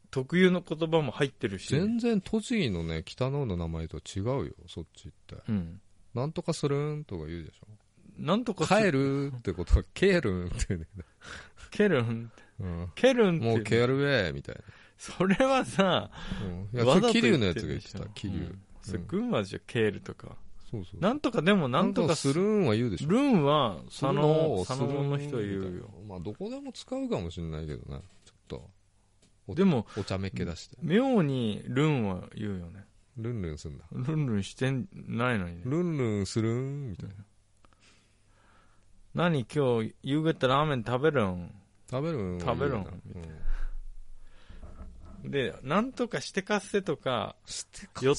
[SPEAKER 1] 特有の言葉も入ってるし、
[SPEAKER 2] 全然栃木のね北の方の名前と違うよそっちって
[SPEAKER 1] うん、
[SPEAKER 2] なんとかするんとか言うでしょ
[SPEAKER 1] なんとかす
[SPEAKER 2] 帰るってことは ケールンって言うんだ
[SPEAKER 1] ケルン
[SPEAKER 2] けど、
[SPEAKER 1] ケル
[SPEAKER 2] う
[SPEAKER 1] ンっ
[SPEAKER 2] ん、
[SPEAKER 1] て
[SPEAKER 2] もうケールウェイみたい
[SPEAKER 1] それはさ
[SPEAKER 2] な、うん、いや
[SPEAKER 1] わざと
[SPEAKER 2] 桐
[SPEAKER 1] 言っ
[SPEAKER 2] 生のや
[SPEAKER 1] て
[SPEAKER 2] つが
[SPEAKER 1] る
[SPEAKER 2] 言っ
[SPEAKER 1] でしてょ
[SPEAKER 2] た桐生、
[SPEAKER 1] うんそれ
[SPEAKER 2] うん
[SPEAKER 1] 群馬じゃケールとか
[SPEAKER 2] そうそう
[SPEAKER 1] なんとかでもなんとか
[SPEAKER 2] するんは言うでしょ
[SPEAKER 1] ルンは佐野
[SPEAKER 2] を
[SPEAKER 1] 佐野の人は言うよ
[SPEAKER 2] まあどこでも使うかもしれないけどねちょっお
[SPEAKER 1] でも
[SPEAKER 2] とお茶目っ気出して、
[SPEAKER 1] 妙にルンは言うよね
[SPEAKER 2] ルンルンすんだ
[SPEAKER 1] ルンルンしてないのにね
[SPEAKER 2] ルンルンするんみたいな
[SPEAKER 1] 何今日夕方ラーメン食べるん
[SPEAKER 2] 食べるん
[SPEAKER 1] 食べるん
[SPEAKER 2] いいなうん
[SPEAKER 1] でなんとかしてかっせとか
[SPEAKER 2] して
[SPEAKER 1] よ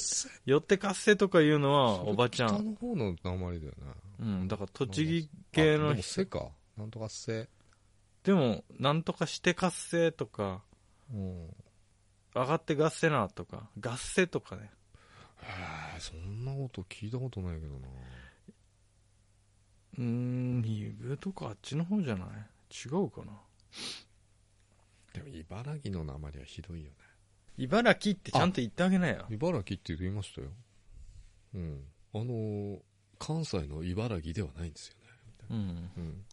[SPEAKER 1] 寄ってかっせとか言うのはおばちゃ
[SPEAKER 2] 北
[SPEAKER 1] ん、
[SPEAKER 2] の方の鉛だよね
[SPEAKER 1] うん、だから栃木系
[SPEAKER 2] あで
[SPEAKER 1] の
[SPEAKER 2] も
[SPEAKER 1] 人
[SPEAKER 2] せかなんとかせ
[SPEAKER 1] でもなんとかしてかっせとか
[SPEAKER 2] うん
[SPEAKER 1] 上がってガッセなとかガッセとかね
[SPEAKER 2] へえそんなこと聞いたことないけどな
[SPEAKER 1] うーん上とかあっちの方じゃない違うかな
[SPEAKER 2] でも茨城の鉛はひどいよ
[SPEAKER 1] 茨城ってちゃんと言ってあげなよ
[SPEAKER 2] ね茨城って言いましたようんあのー関西の茨城ではないんですよね
[SPEAKER 1] うん
[SPEAKER 2] うん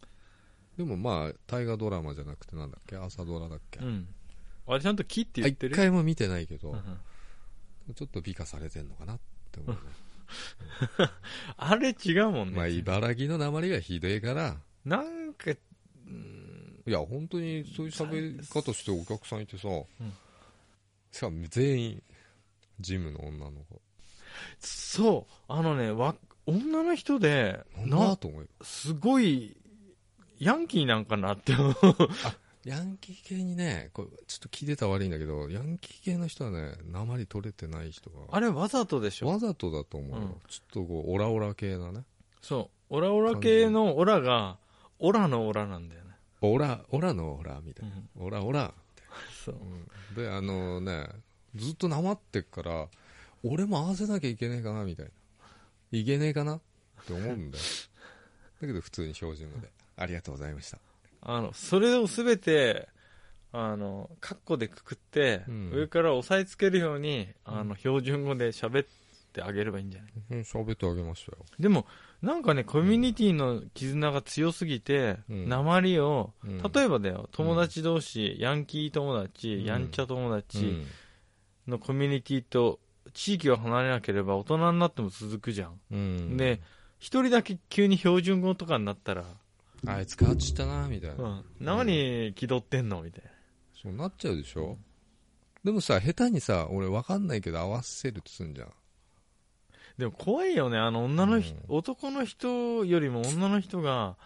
[SPEAKER 2] でもまあ大河ドラマじゃなくてなんだっけ朝ドラだっけ、
[SPEAKER 1] うんあれちゃんと木って
[SPEAKER 2] あ
[SPEAKER 1] 言って
[SPEAKER 2] 一
[SPEAKER 1] る
[SPEAKER 2] 回も見てないけど、
[SPEAKER 1] うん
[SPEAKER 2] ちょっと美化されてんのかなって思うね、
[SPEAKER 1] あれ違うもんね、
[SPEAKER 2] まあ茨城の鉛がひでえから
[SPEAKER 1] なんかうん
[SPEAKER 2] いや本当にそういう喋り方してお客さんいてさ、
[SPEAKER 1] ん
[SPEAKER 2] しかも全員ジムの女の子
[SPEAKER 1] そうあのねわ女の人で
[SPEAKER 2] なんだと思うよ
[SPEAKER 1] すごいヤンキーなんかなって思う
[SPEAKER 2] ヤンキー系にねこれちょっと聞いてたら悪いんだけどヤンキー系の人はね鉛取れてない人が
[SPEAKER 1] あれわざとでしょ
[SPEAKER 2] わざとだと思うよ、
[SPEAKER 1] うん
[SPEAKER 2] ちょっとこうオラオラ系なね
[SPEAKER 1] そうオラオラ系のオラがオラのオラなんだよね、
[SPEAKER 2] オラオラのオラみた
[SPEAKER 1] う
[SPEAKER 2] いな、
[SPEAKER 1] ん、
[SPEAKER 2] オラオラ
[SPEAKER 1] そう
[SPEAKER 2] であのねずっとなまってっから俺も合わせなきゃいけねえかなみたいないけねえかなって思うんだよだけど普通に標準語でありがとうございました
[SPEAKER 1] あのそれをすべてあのカッコでくくって、
[SPEAKER 2] うん
[SPEAKER 1] 上から押さえつけるように
[SPEAKER 2] うん
[SPEAKER 1] あの標準語で喋ってあげればいいんじゃない
[SPEAKER 2] うん喋ってあげましたよ
[SPEAKER 1] でもなんかねコミュニティの絆が強すぎて、
[SPEAKER 2] うん
[SPEAKER 1] 鉛を、
[SPEAKER 2] うん
[SPEAKER 1] 例えばだよ友達同士、ヤンキー友達、
[SPEAKER 2] うん
[SPEAKER 1] やんちゃ友達、
[SPEAKER 2] うん
[SPEAKER 1] のコミュニティと地域を離れなければ大人になっても続くじゃん、
[SPEAKER 2] うん
[SPEAKER 1] で一人だけ急に標準語とかになったら、
[SPEAKER 2] あいつ変わっちゃったなみたいな、
[SPEAKER 1] うん、何気取ってんのみたい
[SPEAKER 2] そうなっちゃうでしょ、でもさ下手にさ俺わかんないけど合わせるとすんじゃん
[SPEAKER 1] でも怖いよね、あの女の人、
[SPEAKER 2] う
[SPEAKER 1] 男の人よりも女の人が、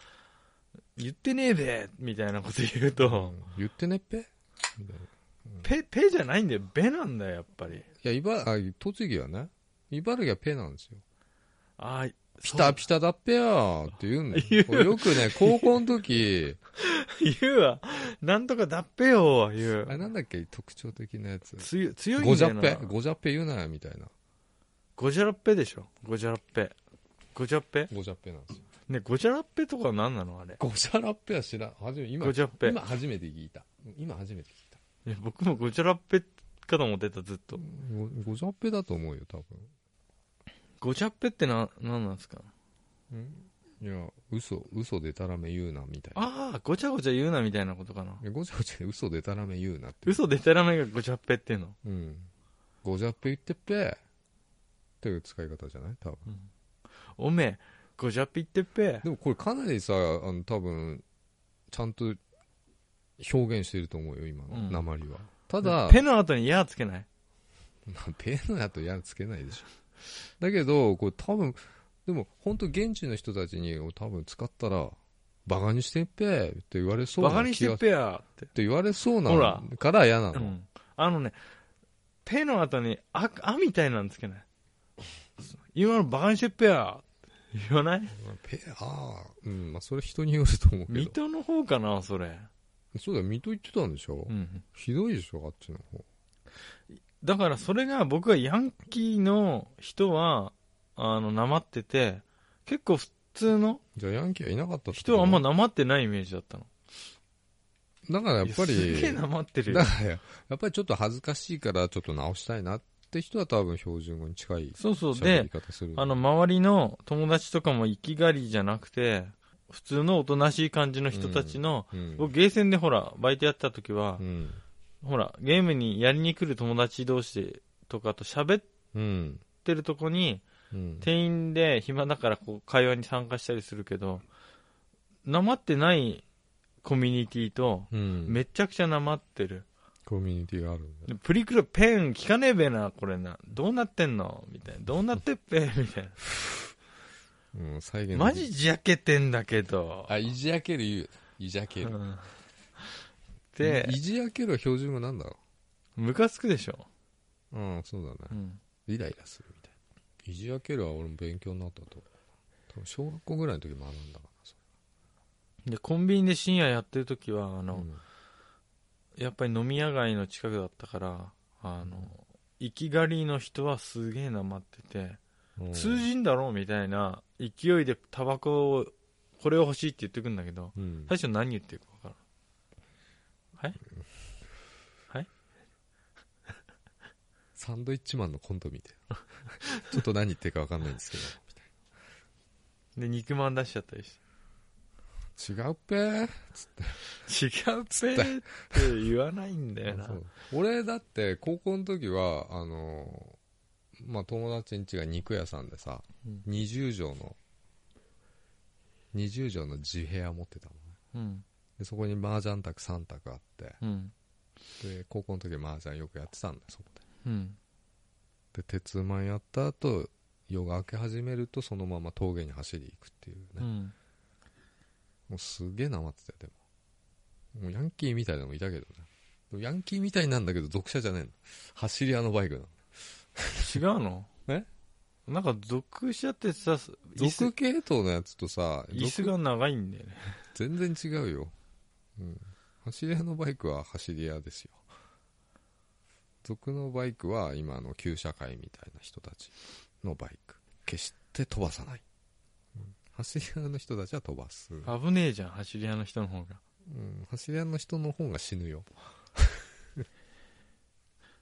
[SPEAKER 1] 言ってねえべみたいなこと言うと、
[SPEAKER 2] 言ってねっぺみたいな。
[SPEAKER 1] ペ、ペじゃないんだよ、ベなんだよ、やっぱり。
[SPEAKER 2] いや、茨あ栃木はね、茨城はペなんですよ。
[SPEAKER 1] ああ、
[SPEAKER 2] ピ
[SPEAKER 1] そう
[SPEAKER 2] タピタだっぺよって言うんだ
[SPEAKER 1] 言
[SPEAKER 2] よ
[SPEAKER 1] う。
[SPEAKER 2] 俺よくね、高校の時、
[SPEAKER 1] 言うわ。なんとかだっぺよは言
[SPEAKER 2] あ
[SPEAKER 1] う。
[SPEAKER 2] れなんだっけ、特徴的なやつ。
[SPEAKER 1] 強い強い
[SPEAKER 2] ご
[SPEAKER 1] ん
[SPEAKER 2] じ
[SPEAKER 1] だ
[SPEAKER 2] ゃ
[SPEAKER 1] よな。
[SPEAKER 2] っぺ、ごじゃっぺ言うなよみたいな。
[SPEAKER 1] ごじゃらっぺでしょ。ごじゃらっぺ。ごじゃっぺ
[SPEAKER 2] ごじゃっぺなんですよ。
[SPEAKER 1] ね、ごじゃらっぺとか何なのあれ。
[SPEAKER 2] ごじゃらっぺは知らん。初め、今
[SPEAKER 1] ご、じゃっぺ。
[SPEAKER 2] 今初めて聞いた。今初めて聞いた。
[SPEAKER 1] ね僕もごじゃらっぺかと思ってた、ずっと。
[SPEAKER 2] ごごじゃっぺだと思うよ、多分。
[SPEAKER 1] ごじゃっぺってな、何なんですか
[SPEAKER 2] いや、嘘、嘘でたらめ言うな、みたいな。
[SPEAKER 1] ああ、ごちゃごちゃ言うなみたいなことかな。
[SPEAKER 2] いやごちゃごちゃで嘘でたらめ言うなって。
[SPEAKER 1] 嘘でたらめがごちゃっぺっていうの。
[SPEAKER 2] うん。ごじゃっぺ言ってっぺ。っていう使い方じゃない多分。
[SPEAKER 1] おめえ、ごちゃっぺ言ってっぺ。
[SPEAKER 2] でもこれかなりさ、あの、多分、ちゃんと表現してると思うよ、今
[SPEAKER 1] う
[SPEAKER 2] の、
[SPEAKER 1] ん
[SPEAKER 2] 鉛は。ただ、
[SPEAKER 1] ペの後にやーつけない。
[SPEAKER 2] まあ、ペンのやとやつけないでしょ。だけど、これ多分、でも本当現地の人たちに多分使ったら、バカにしてっぺって言われそう
[SPEAKER 1] バ
[SPEAKER 2] な気
[SPEAKER 1] カ
[SPEAKER 2] が
[SPEAKER 1] にしてっぺやーって
[SPEAKER 2] っ。て言われそうな
[SPEAKER 1] ほら
[SPEAKER 2] から嫌な
[SPEAKER 1] う
[SPEAKER 2] の。
[SPEAKER 1] ん。あのね、ペの後に、あ、あみたいなんつけない。今のバカにしてっぺやーって言わない
[SPEAKER 2] ペああ、うん、まあそれ人によると思うけ
[SPEAKER 1] 水
[SPEAKER 2] ど。
[SPEAKER 1] 戸の方かな、それ。
[SPEAKER 2] そうだよ、水戸行ってたんでしょ、
[SPEAKER 1] うん。
[SPEAKER 2] ひどいでしょ、あっちの方。
[SPEAKER 1] だからそれが僕はヤンキーの人は、あの、なまってて、結構普通の
[SPEAKER 2] じゃあヤンキーはいなかったってこと
[SPEAKER 1] 人はあんまなまってないイメージだったの。
[SPEAKER 2] だからやっぱ
[SPEAKER 1] い
[SPEAKER 2] り、
[SPEAKER 1] すげえなまってるよ
[SPEAKER 2] だ。からやっぱりちょっと恥ずかしいからちょっと直したいなって人は多分標準語に近い
[SPEAKER 1] そうそう。
[SPEAKER 2] 喋
[SPEAKER 1] で
[SPEAKER 2] り、方する。
[SPEAKER 1] あの、周りの友達とかも生きがりじゃなくて、普通のおとなしい感じの人たちの、
[SPEAKER 2] うん、
[SPEAKER 1] 僕、ゲーセンでほら、バイトやってた時は
[SPEAKER 2] う、ん。
[SPEAKER 1] ほら、ゲームにやりに来る友達同士でとかと喋っ
[SPEAKER 2] うん。
[SPEAKER 1] てるとこに、
[SPEAKER 2] うん。
[SPEAKER 1] 店員で暇だからこう会話に参加したりするけど、なまってないコミュニティと、
[SPEAKER 2] うん
[SPEAKER 1] めちゃくちゃなまってる。
[SPEAKER 2] コミュニティがあるんだ。
[SPEAKER 1] でプリクラペン聞かねえべな、これな。どうなってんのみたいな。どうなってっぺみたい
[SPEAKER 2] うん、再現で
[SPEAKER 1] な。マ
[SPEAKER 2] き
[SPEAKER 1] ジじゃけてんだけど。
[SPEAKER 2] あ、いじやける言う。いじやけ
[SPEAKER 1] う
[SPEAKER 2] る。
[SPEAKER 1] んで
[SPEAKER 2] い、じやけるは標準語なんだろ
[SPEAKER 1] ムカつくでしょ。
[SPEAKER 2] う。うん、そうだね。
[SPEAKER 1] うん
[SPEAKER 2] イライラするみたいな。いじやけるは俺も勉強になったと思う。多分小学校ぐらいの時学んだからそ
[SPEAKER 1] で、コンビニで深夜やってる時は、あ
[SPEAKER 2] れ
[SPEAKER 1] の、
[SPEAKER 2] うん
[SPEAKER 1] やっぱり飲み屋街の近くだったから、あの、行きがりの人はすげえなまってて、
[SPEAKER 2] うん
[SPEAKER 1] 通じんだろうみたいな勢いでタバコをこれを欲しいって言ってくんだけど
[SPEAKER 2] うん。
[SPEAKER 1] 最初何言ってるか分からんはい
[SPEAKER 2] サンドイッチマンのコントみたいな。 ちょっと何言ってるかわかんないんですけど。
[SPEAKER 1] で肉まん出しちゃったりし
[SPEAKER 2] 違うっぺー
[SPEAKER 1] て違うぜって言わないんだよな
[SPEAKER 2] あそう俺だって高校の時はあのーまあ友達ん家が肉屋さんでさ、
[SPEAKER 1] うん
[SPEAKER 2] 20畳の20畳の自部屋持ってたのね
[SPEAKER 1] うん
[SPEAKER 2] でそこに麻雀卓3卓あって
[SPEAKER 1] うん
[SPEAKER 2] で高校の時麻雀よくやってたんだよそこ
[SPEAKER 1] うん
[SPEAKER 2] でで鉄馬やった後夜が明け始めるとそのまま峠に走り行くっていうね、
[SPEAKER 1] う
[SPEAKER 2] も
[SPEAKER 1] ん
[SPEAKER 2] うすげえなまってたよでももうヤンキーみたいなのもいたけどねでもヤンキーみたいなんだけど読者じゃねえの走り屋のバイクな
[SPEAKER 1] 違
[SPEAKER 2] の
[SPEAKER 1] うの
[SPEAKER 2] え
[SPEAKER 1] なんか属しちゃってさ椅
[SPEAKER 2] 俗
[SPEAKER 1] 子
[SPEAKER 2] 系統のやつとさ
[SPEAKER 1] 椅子
[SPEAKER 2] 俗
[SPEAKER 1] が長いんだよね
[SPEAKER 2] 全然違うよ、うん、走り屋のバイクは走り屋ですよ俗のバイクは今の旧社会みたいな人たちのバイク決して飛ばさない、うん走り屋の人たちは飛ばす、う
[SPEAKER 1] 危ねえじゃん走り屋の人の方が
[SPEAKER 2] ん、走り屋の人の方が死ぬよ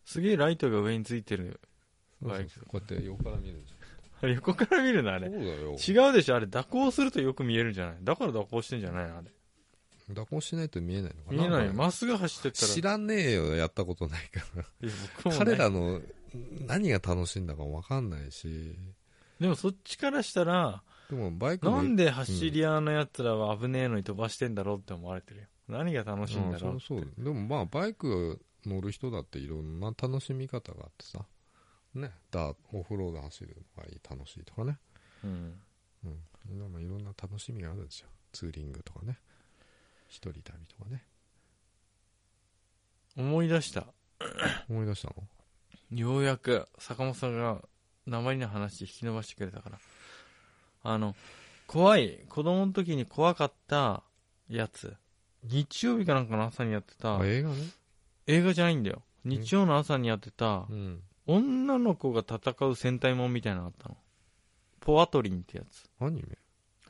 [SPEAKER 1] すげえライトが上についてるバイク
[SPEAKER 2] そうそうそうこうやって横から見るでし
[SPEAKER 1] あれ横から見るなあ
[SPEAKER 2] ょ
[SPEAKER 1] れ
[SPEAKER 2] そうだよ
[SPEAKER 1] 違うでしょあれ蛇行するとよく見えるんじゃないだから蛇行してんじゃないのあれ
[SPEAKER 2] 蛇行しないと見えないのかな
[SPEAKER 1] 見えないよ
[SPEAKER 2] これ
[SPEAKER 1] まっすぐ走ってったら
[SPEAKER 2] 知らねえよやったことないから
[SPEAKER 1] いや僕もない
[SPEAKER 2] 彼らの何が楽しいんだか分かんないし
[SPEAKER 1] でもそっちからしたら
[SPEAKER 2] でもバイクも
[SPEAKER 1] なんで走り屋のやつらは危ねえのに飛ばしてんだろうって思われてるよ何が楽しいんだろう
[SPEAKER 2] あそうそうでもまあバイク乗る人だっていろんな楽しみ方があってさねダーオフロード走るのがいい楽しいとかね、
[SPEAKER 1] うん。
[SPEAKER 2] うん、でもいろんな楽しみがあるんですよツーリングとかね一人旅とかね
[SPEAKER 1] 思い出した。
[SPEAKER 2] 思い出したの
[SPEAKER 1] ようやく坂本さんが鉛の話引き伸ばしてくれたから。あの、怖い、子供の時に怖かったやつ。日曜日かなんかの朝にやってた
[SPEAKER 2] あ、映画ね
[SPEAKER 1] 映画じゃないんだよ。日曜の朝にやってた
[SPEAKER 2] う、ん
[SPEAKER 1] 女の子が戦う戦隊もんみたいなのあったの。ポアトリンってやつ。
[SPEAKER 2] アニメ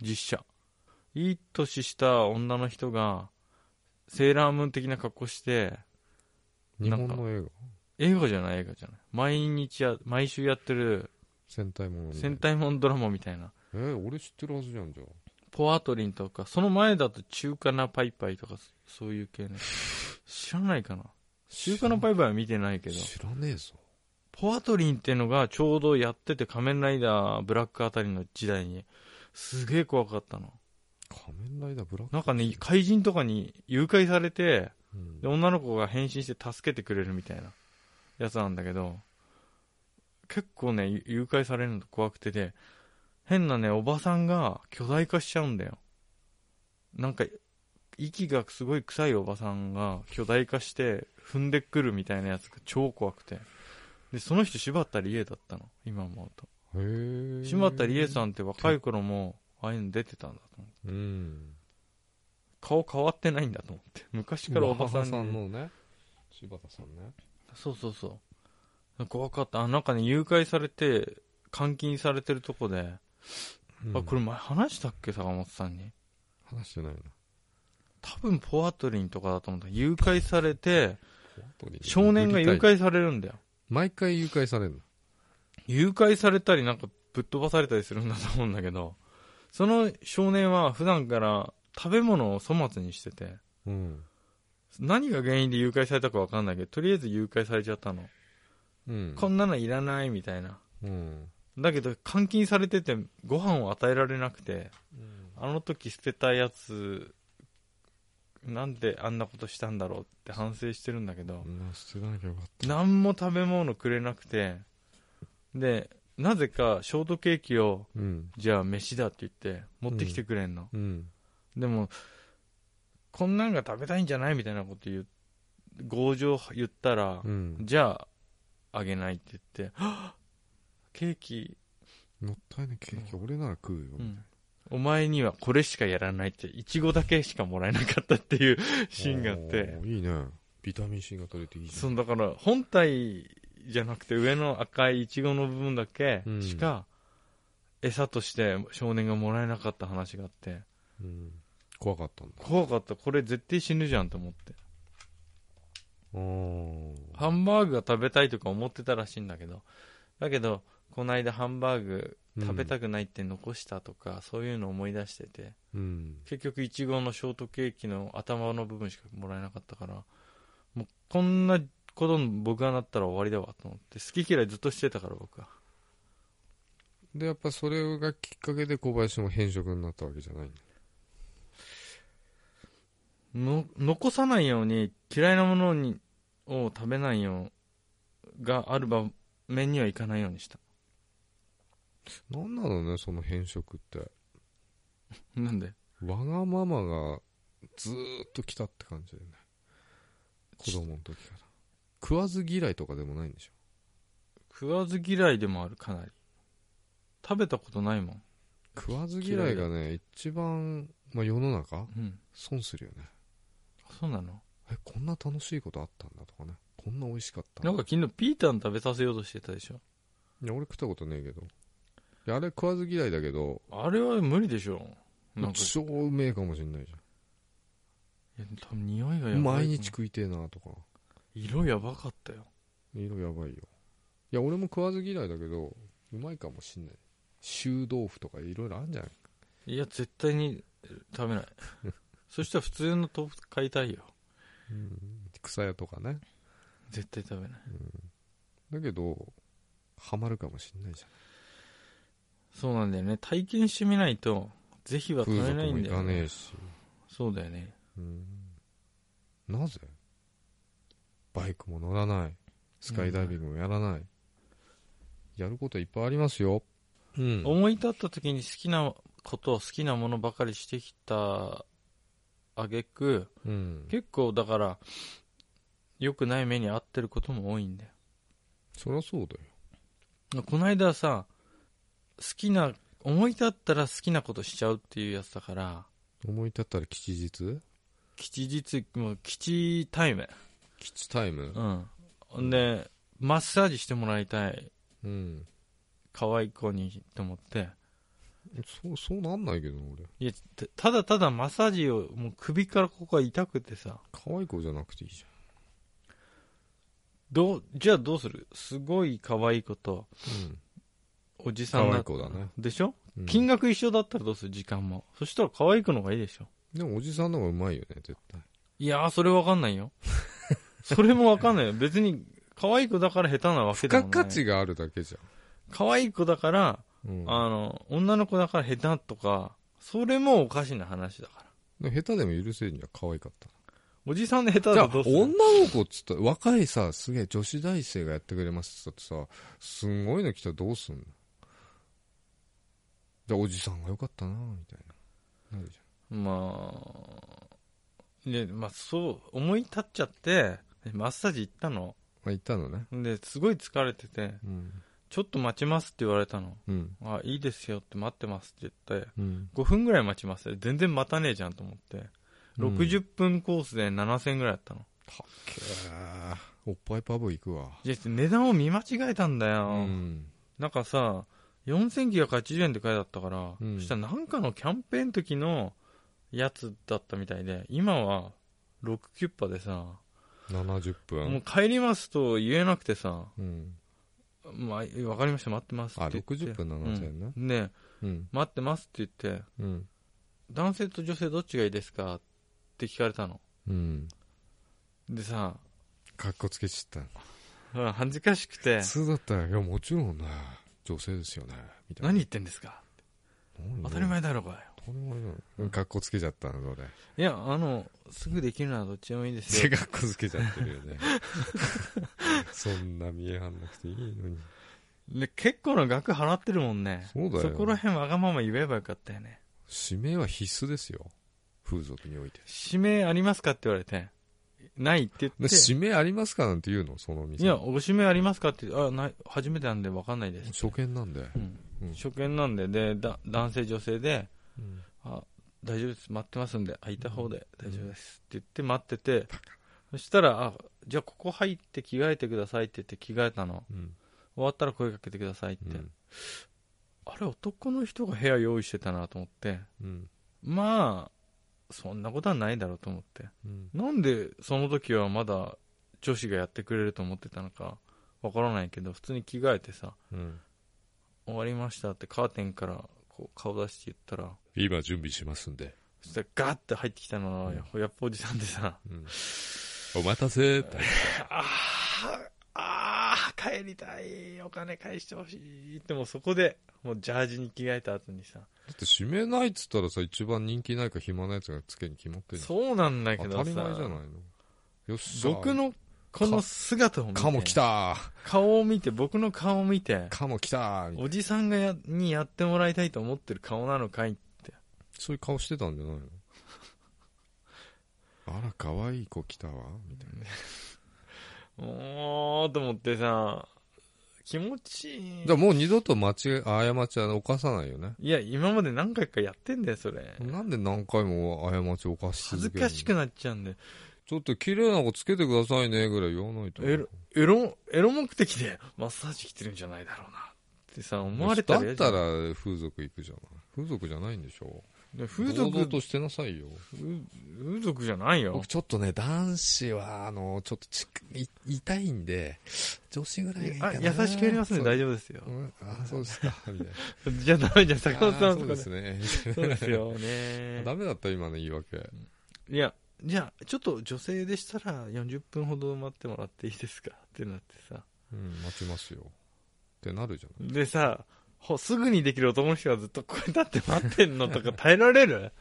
[SPEAKER 1] 実写。いい年した女の人が、セーラームーン的な格好して、
[SPEAKER 2] 日
[SPEAKER 1] なんか
[SPEAKER 2] 本の映画
[SPEAKER 1] 映画じゃない映画じゃない。毎日や、毎週やってる
[SPEAKER 2] 戦隊もの
[SPEAKER 1] 戦隊もんドラマみたいな。
[SPEAKER 2] えー俺知ってるはずじゃんじゃあ
[SPEAKER 1] ポアトリンとか、その前だと中華なパイパイとか、そういう系ね。知らないかな中華なパイパイは見てないけど。
[SPEAKER 2] 知らねえぞ
[SPEAKER 1] ポアトリンっていうのがちょうどやってて仮面ライダーブラックあたりの時代に、すげえ怖かったの。
[SPEAKER 2] 仮面ライダーブラック
[SPEAKER 1] なんかね、怪人とかに誘拐されて、
[SPEAKER 2] うん
[SPEAKER 1] で、女の子が変身して助けてくれるみたいなやつなんだけど、結構ね、ゆ誘拐されるの怖くてで、変なね、おばさんが巨大化しちゃうんだよ。なんか、息がすごい臭いおばさんが巨大化して踏んでくるみたいなやつが超怖くて。で、その人柴田理恵だったの、今思うと。
[SPEAKER 2] へー
[SPEAKER 1] 柴田理恵さんって若い頃も、ああいうの出てたんだと思って。
[SPEAKER 2] うん
[SPEAKER 1] 顔変わってないんだと思って。昔からおばさん
[SPEAKER 2] うわ
[SPEAKER 1] に。
[SPEAKER 2] 母のね柴田さんね
[SPEAKER 1] そうそうそう。怖かった。あ、なんかね、誘拐されて、監禁されてるとこで、あ、こ
[SPEAKER 2] れ
[SPEAKER 1] れ前話したっけ坂本さんに。
[SPEAKER 2] 話してないな
[SPEAKER 1] 多分、ポアトリンとかだと思った。誘拐されて、
[SPEAKER 2] 本当に
[SPEAKER 1] 少年が誘拐されるんだよ。
[SPEAKER 2] 毎回誘拐されるの
[SPEAKER 1] 誘拐されたり、なんかぶっ飛ばされたりするんだと思うんだけど、その少年は普段から食べ物を粗末にしてて、
[SPEAKER 2] うん
[SPEAKER 1] 何が原因で誘拐されたかわかんないけど、とりあえず誘拐されちゃったの。
[SPEAKER 2] うん
[SPEAKER 1] こんなのいらないみたいな。
[SPEAKER 2] うん
[SPEAKER 1] だけど、監禁されてて、ご飯を与えられなくて、あの時捨てたやつ、なんであんなことしたんだろうって反省してるんだけど
[SPEAKER 2] う、ん捨てなきゃよかった
[SPEAKER 1] 何も食べ物くれなくて、で、なぜかショートケーキを、
[SPEAKER 2] うん
[SPEAKER 1] じゃあ飯だって言って、持ってきてくれんの。
[SPEAKER 2] うん
[SPEAKER 1] でも、こんなんが食べたいんじゃないみたいなこと言う、強情言ったら、
[SPEAKER 2] うん
[SPEAKER 1] じゃあ、あげないって言って、はっケーキ、
[SPEAKER 2] もったいないケーキ俺なら食うよみたいな
[SPEAKER 1] お前にはこれしかやらないって、いちごだけしかもらえなかったっていうシーンがあって
[SPEAKER 2] お、ーいいねビタミン C が取れていいじゃん
[SPEAKER 1] そのだから本体じゃなくて上の赤いいちごの部分だけ
[SPEAKER 2] うん
[SPEAKER 1] しか餌として少年がもらえなかった話があって、
[SPEAKER 2] うん怖かったんだ
[SPEAKER 1] 怖かった、これ絶対死ぬじゃんと思って。
[SPEAKER 2] お
[SPEAKER 1] ハンバーグが食べたいとか思ってたらしいんだけど、だけど、この間ハンバーグ食べたくないって残したとか、そういうの思い出してて、
[SPEAKER 2] うん
[SPEAKER 1] 結局いちごのショートケーキの頭の部分しかもらえなかったからもうこんなことに僕がなったら終わりだわと思って好き嫌いずっとしてたから僕は
[SPEAKER 2] でやっぱそれがきっかけで小林も変色になったわけじゃないんだ
[SPEAKER 1] の残さないように嫌いなものにを食べないようがある場面にはいかないようにした
[SPEAKER 2] なんなのねその変色って
[SPEAKER 1] なんで
[SPEAKER 2] わがままがずーっと来たって感じだよね子供の時から食わず嫌いとかでもないんでしょ
[SPEAKER 1] 食わず嫌いでもあるかなり食べたことないもん、
[SPEAKER 2] 食わず嫌いがね一番、まあ、世の中
[SPEAKER 1] うん、
[SPEAKER 2] 損するよね
[SPEAKER 1] そうなの
[SPEAKER 2] えこんな楽しいことあったんだとかねこんな美味しかった
[SPEAKER 1] なんか昨日ピータン食べさせようとしてたでしょ
[SPEAKER 2] いや俺食ったことねえけどいやあれ食わず嫌いだけど
[SPEAKER 1] あれは無理でしょなんか
[SPEAKER 2] 超うめえかもしんないじ
[SPEAKER 1] いや多分匂いがやばいと
[SPEAKER 2] ゃ
[SPEAKER 1] 思うん
[SPEAKER 2] 毎日食いてえなとか
[SPEAKER 1] 色やばかったよ
[SPEAKER 2] 色やばいよいや俺も食わず嫌いだけどうまいかもしんない臭豆腐とかいろいろあるんじゃない
[SPEAKER 1] いや絶対にえ食 べないそしたら普通の豆腐買いたいよ
[SPEAKER 2] 草屋とかね
[SPEAKER 1] 絶対食べない
[SPEAKER 2] だけどハマるかもしんないじ
[SPEAKER 1] そうなんだよね体験してみないとぜひ
[SPEAKER 2] ゃん
[SPEAKER 1] は食べ
[SPEAKER 2] 風俗
[SPEAKER 1] ない
[SPEAKER 2] も
[SPEAKER 1] ん
[SPEAKER 2] い
[SPEAKER 1] だよ
[SPEAKER 2] かね
[SPEAKER 1] ね
[SPEAKER 2] えし、
[SPEAKER 1] そうだよね
[SPEAKER 2] うん、なぜバイクも乗らないスカイダイビングもやらない、やることいっぱいありますよ。うん。
[SPEAKER 1] 思い立った時に好きなことを好きなものばかりしてきたあげく
[SPEAKER 2] うん、
[SPEAKER 1] 結構だから良くない目に遭ってることも多いんだ
[SPEAKER 2] そりゃそうだよ。
[SPEAKER 1] よこの間さ好きな思い立ったら好きなことしちゃうっていうやつだから
[SPEAKER 2] 思い立ったら吉日
[SPEAKER 1] 吉日もう吉タイム
[SPEAKER 2] 吉タイム
[SPEAKER 1] うんほんでマッサージしてもらいたい
[SPEAKER 2] うん。
[SPEAKER 1] 可愛い子にと思って
[SPEAKER 2] そう、そうなんないけどな俺。
[SPEAKER 1] いやたただただマッサージをもう首からここが痛くてさ
[SPEAKER 2] 可愛い子じゃなくていいじ
[SPEAKER 1] どうじゃあどうするすごい可愛い子と
[SPEAKER 2] ゃん。うん。
[SPEAKER 1] おじさん
[SPEAKER 2] 可
[SPEAKER 1] だ
[SPEAKER 2] 愛い子だね
[SPEAKER 1] でしょ、
[SPEAKER 2] うん
[SPEAKER 1] 金額一緒だったらどうする時間もそしたら可愛い子の方がいいでしょ
[SPEAKER 2] でもおじさんの方がうまいよね、絶対。
[SPEAKER 1] いやーそれわかんないよ それもわかんないよ別に可愛い子だから下手なわけ
[SPEAKER 2] 付
[SPEAKER 1] でも
[SPEAKER 2] 加
[SPEAKER 1] ない
[SPEAKER 2] 価値があるだけじ
[SPEAKER 1] 可愛い子だから、
[SPEAKER 2] ゃん。うん。
[SPEAKER 1] あの女の子だから下手とかそれもおかしな話だから
[SPEAKER 2] でも下手でも許せるには可愛かった。
[SPEAKER 1] おじさんで下手だ
[SPEAKER 2] じゃあ
[SPEAKER 1] とどうす
[SPEAKER 2] 女
[SPEAKER 1] る
[SPEAKER 2] の子っつったら若いさすげえ女子大生がやってくれますって言ったってさすごいの来たらどうすんのじゃあおじさんがよかったなみたいななるじ
[SPEAKER 1] まあでまあそう思い立っちゃってマッサージ行ったの
[SPEAKER 2] ゃんまあ言ったのね
[SPEAKER 1] ですごい疲れてて
[SPEAKER 2] うん
[SPEAKER 1] ちょっと待ちますって言われたの
[SPEAKER 2] うん
[SPEAKER 1] あいいですよって待ってますって言って
[SPEAKER 2] うん
[SPEAKER 1] 5分ぐらい待ちますって全然待たねえじゃんと思って、60分コースで7000ぐらいだったの
[SPEAKER 2] かっけーおっぱいパブ行くわ
[SPEAKER 1] いや値段を見間違えたんだよ、
[SPEAKER 2] うん
[SPEAKER 1] なんかさ4980円って書いてあったから、
[SPEAKER 2] うん
[SPEAKER 1] そしたらなんかのキャンペーンの時のやつだったみたいで今は6キュッパでさ、
[SPEAKER 2] 70
[SPEAKER 1] もう
[SPEAKER 2] 分
[SPEAKER 1] 帰りますと言えなくてさ
[SPEAKER 2] うん
[SPEAKER 1] まあ、分かりました待ってます
[SPEAKER 2] あ
[SPEAKER 1] って言って
[SPEAKER 2] 60分7000円ね
[SPEAKER 1] うんね
[SPEAKER 2] うん
[SPEAKER 1] 待ってますって言って
[SPEAKER 2] うん
[SPEAKER 1] 男性と女性どっちがいいですかって聞かれたの
[SPEAKER 2] うん
[SPEAKER 1] でさ
[SPEAKER 2] かっこつけちゃっ
[SPEAKER 1] うん恥ずかしくて
[SPEAKER 2] た普通だったらいやもちろんね女性ですよねみたいな
[SPEAKER 1] 何言ってんですか
[SPEAKER 2] 何
[SPEAKER 1] 当たり前だろうがよ
[SPEAKER 2] 当たり前だよかっこつけちゃったのそれ
[SPEAKER 1] いやあのすぐできるならどっちでもいいです
[SPEAKER 2] 手
[SPEAKER 1] よ
[SPEAKER 2] がこづけちゃってるよね そんな見えはんなくていいのに
[SPEAKER 1] で結構な額払ってるもんね
[SPEAKER 2] そうだよ
[SPEAKER 1] こら辺わがまま言えばよかったよね
[SPEAKER 2] 指名は必須ですよ風俗において
[SPEAKER 1] 指名ありますかって言われてないって言
[SPEAKER 2] で
[SPEAKER 1] って
[SPEAKER 2] 指名ありますかなんて言うのその店
[SPEAKER 1] いやご指名ありますかってあない初めてなんでわかんないです、
[SPEAKER 2] 初見なんで、
[SPEAKER 1] うん
[SPEAKER 2] うん
[SPEAKER 1] 初見なんででだ男性女性で
[SPEAKER 2] うん
[SPEAKER 1] あ大丈夫です待ってますんで空いた方で大丈夫ですって言って待ってて、そしたらあじゃあここ入って着替えてくださいって言って着替えたの
[SPEAKER 2] うん
[SPEAKER 1] 終わったら声かけてくださいって、
[SPEAKER 2] うん
[SPEAKER 1] あれ男の人が部屋用意してたなと思って
[SPEAKER 2] うん
[SPEAKER 1] まあそんなことはないだろうと思って
[SPEAKER 2] うん
[SPEAKER 1] なんでその時はまだ女子がやってくれると思ってたのかわからないけど普通に着替えてさ
[SPEAKER 2] うん
[SPEAKER 1] 終わりましたってカーテンからこう顔出して言ったら
[SPEAKER 2] 今準備しますんで、
[SPEAKER 1] そしたらガーって入ってきたのはやっぱおじさんでさ
[SPEAKER 2] うんお待たせって
[SPEAKER 1] ああ、ああ、帰りたい、お金返してほしいって、もうそこで、もうジャージに着替えた後にさ、
[SPEAKER 2] だって指名ないっつったらさ一番人気ないか暇なやつがつけに決まってる
[SPEAKER 1] そうなんだけどさ
[SPEAKER 2] 当た、り前じゃないのよっしゃ
[SPEAKER 1] 僕のこの姿を見て、
[SPEAKER 2] カモ来た
[SPEAKER 1] 顔を見て、僕の顔を見て、
[SPEAKER 2] カモ来たみたいな
[SPEAKER 1] おじさんがやにやってもらいたいと思ってる顔なのかい
[SPEAKER 2] そういう顔してたんじゃないの あら、可愛い子来たわ、みたいな。
[SPEAKER 1] おーと思ってさ、気持ちいい
[SPEAKER 2] じゃあ。もう二度と間違い、過ちは犯さないよね。
[SPEAKER 1] いや、今まで何回かやってんだよ、それ。
[SPEAKER 2] なんで何回も過ちを犯し
[SPEAKER 1] 恥ず
[SPEAKER 2] 続けるの
[SPEAKER 1] かしくなっちゃうんで、
[SPEAKER 2] ちょっと綺麗な子つけてくださいね、ぐらい言わないと。
[SPEAKER 1] エロエロ、エロ目的でマッサージ来てるんじゃないだろうな。ってさ、思われたら
[SPEAKER 2] だ
[SPEAKER 1] 嫌
[SPEAKER 2] っ
[SPEAKER 1] じゃ
[SPEAKER 2] た
[SPEAKER 1] ん
[SPEAKER 2] ら風俗行くじゃない。風俗じゃないんでしょ
[SPEAKER 1] で風
[SPEAKER 2] 風俗
[SPEAKER 1] 俗
[SPEAKER 2] としてなさいよ。
[SPEAKER 1] 風俗じゃないよ
[SPEAKER 2] 僕。ちょっとね、男子は、あの、ちょっとちい痛いんで、女子ぐらいがいい
[SPEAKER 1] あ
[SPEAKER 2] かな。
[SPEAKER 1] 優しくやりますんで大丈夫ですよ
[SPEAKER 2] 夫。。うんあ、そうですか、みたいな。
[SPEAKER 1] じゃあダメじゃん、坂本さ
[SPEAKER 2] あ
[SPEAKER 1] ん
[SPEAKER 2] そう
[SPEAKER 1] と
[SPEAKER 2] で
[SPEAKER 1] か
[SPEAKER 2] す
[SPEAKER 1] で。
[SPEAKER 2] ね。
[SPEAKER 1] そうですよね。
[SPEAKER 2] ダメだった今の言い訳。
[SPEAKER 1] いや、じゃあちょっと女性でしたら40分ほど待ってもらっていいですかってなってさ。
[SPEAKER 2] うん、待ちますよ。ってなるじゃない。
[SPEAKER 1] でさ、ほす ぐにできる男の人がずっとここに立って待ってんのとか耐えられる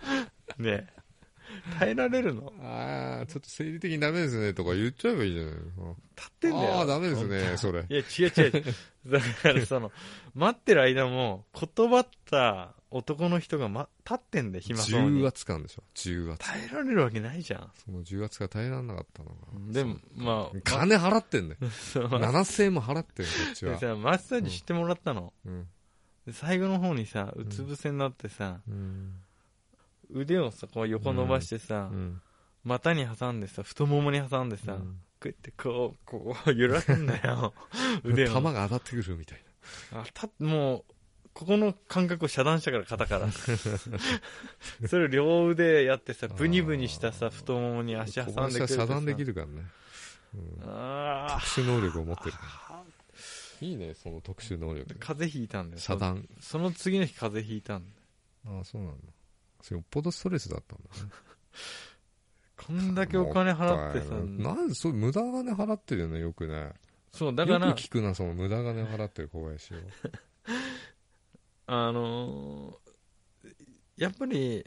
[SPEAKER 1] ねえ耐えられるの
[SPEAKER 2] ああ、ちょっと生理的にダメですねとか言っちゃえばいいじゃ ない
[SPEAKER 1] 立ってんだよ。
[SPEAKER 2] ああー、ダメです
[SPEAKER 1] 本当
[SPEAKER 2] ね、それ。
[SPEAKER 1] いや、違う違う。だからその、待ってる間も、断った男の人が、ま、立ってんだよ、暇そう
[SPEAKER 2] 重
[SPEAKER 1] に。
[SPEAKER 2] 圧感でしょ、重 圧。
[SPEAKER 1] 耐えられるわけないじゃん。
[SPEAKER 2] その重圧が耐えられなかったのが。
[SPEAKER 1] でも、まあ、
[SPEAKER 2] 金払ってんね。
[SPEAKER 1] そう
[SPEAKER 2] 7000円も払ってんね、こっち
[SPEAKER 1] で
[SPEAKER 2] は。
[SPEAKER 1] さ、マッサージしてもらったの。
[SPEAKER 2] うん。
[SPEAKER 1] で最後の方にさ、うつ伏せになってさ、
[SPEAKER 2] うん。
[SPEAKER 1] 腕をさ、こう横伸ばしてさ、
[SPEAKER 2] うん
[SPEAKER 1] 股に挟んでさ、太ももに挟んでさ、こうやってこう、こう、揺らすんだ よ。腕を。
[SPEAKER 2] 弾が当たってくるみたいな。
[SPEAKER 1] あたもうここの感覚を遮断したから肩 からそれを両腕やってさブニブニしたさ太ももに足挟んでくる
[SPEAKER 2] 小林は遮断でき
[SPEAKER 1] る
[SPEAKER 2] るからね。うん
[SPEAKER 1] あ
[SPEAKER 2] 特殊能力を持ってる。
[SPEAKER 1] あ
[SPEAKER 2] いいね、その特殊能力。
[SPEAKER 1] 風邪ひいたんだよ
[SPEAKER 2] 遮断。
[SPEAKER 1] その次の日風邪ひいたんだよ
[SPEAKER 2] ああ、そうなんだ。それよっぽどストレスだったんだね。
[SPEAKER 1] こんだけお金払ってさ
[SPEAKER 2] なんで、そう、無駄金払ってるよね、よくね。
[SPEAKER 1] そうだから
[SPEAKER 2] よく聞くな、その無駄金払ってる 小林を。
[SPEAKER 1] あのーやっぱり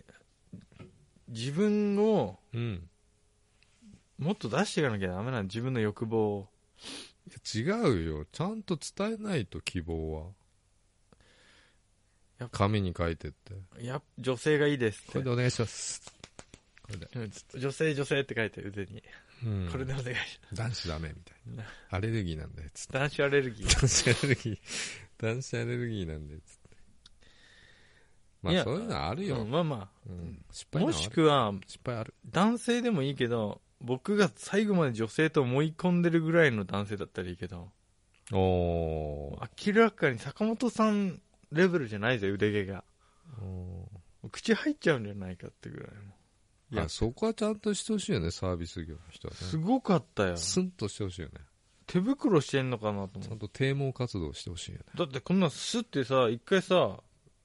[SPEAKER 1] 自分を
[SPEAKER 2] うん。
[SPEAKER 1] もっと出していかなきゃダメなの自分の欲望を
[SPEAKER 2] いや違うよ。ちゃんと伝えないと、希望
[SPEAKER 1] やっ
[SPEAKER 2] は。紙に書いてって。
[SPEAKER 1] や女性がいいですっ
[SPEAKER 2] こ
[SPEAKER 1] て
[SPEAKER 2] れでお願いします。これで。
[SPEAKER 1] 女性女性って書いて腕に、
[SPEAKER 2] うん
[SPEAKER 1] これでお願いします
[SPEAKER 2] 男子ダメみたいな。アレルギーなんで、つって。
[SPEAKER 1] 男子アレルギー
[SPEAKER 2] 男子アレルギー、男子アレルギーなんで、つって。ま
[SPEAKER 1] い
[SPEAKER 2] あ、
[SPEAKER 1] や
[SPEAKER 2] そういうのあるよ。
[SPEAKER 1] うんまあま
[SPEAKER 2] うん失
[SPEAKER 1] あ
[SPEAKER 2] 敗
[SPEAKER 1] も
[SPEAKER 2] のはあ
[SPEAKER 1] し
[SPEAKER 2] る。
[SPEAKER 1] くは
[SPEAKER 2] 失敗ある。
[SPEAKER 1] 男性でもいいけど僕が最後まで女性と思い込んでるぐらいの男性だったらいいけど
[SPEAKER 2] おー。
[SPEAKER 1] 明らかに坂本さんレベルじゃないぜ腕毛が
[SPEAKER 2] お
[SPEAKER 1] 口入っちゃうんじゃないかってぐらいい
[SPEAKER 2] い
[SPEAKER 1] や
[SPEAKER 2] や、そこはちゃんとしてほしいよね、サービス業の人は
[SPEAKER 1] のす
[SPEAKER 2] ね。
[SPEAKER 1] ごかったよ
[SPEAKER 2] スンとしてほしいよね。
[SPEAKER 1] 手袋してんのかなと
[SPEAKER 2] ち
[SPEAKER 1] 思
[SPEAKER 2] ゃ
[SPEAKER 1] っ
[SPEAKER 2] んと啓蒙活動してほしいよね。
[SPEAKER 1] てだってこんなんスッてさ一回さ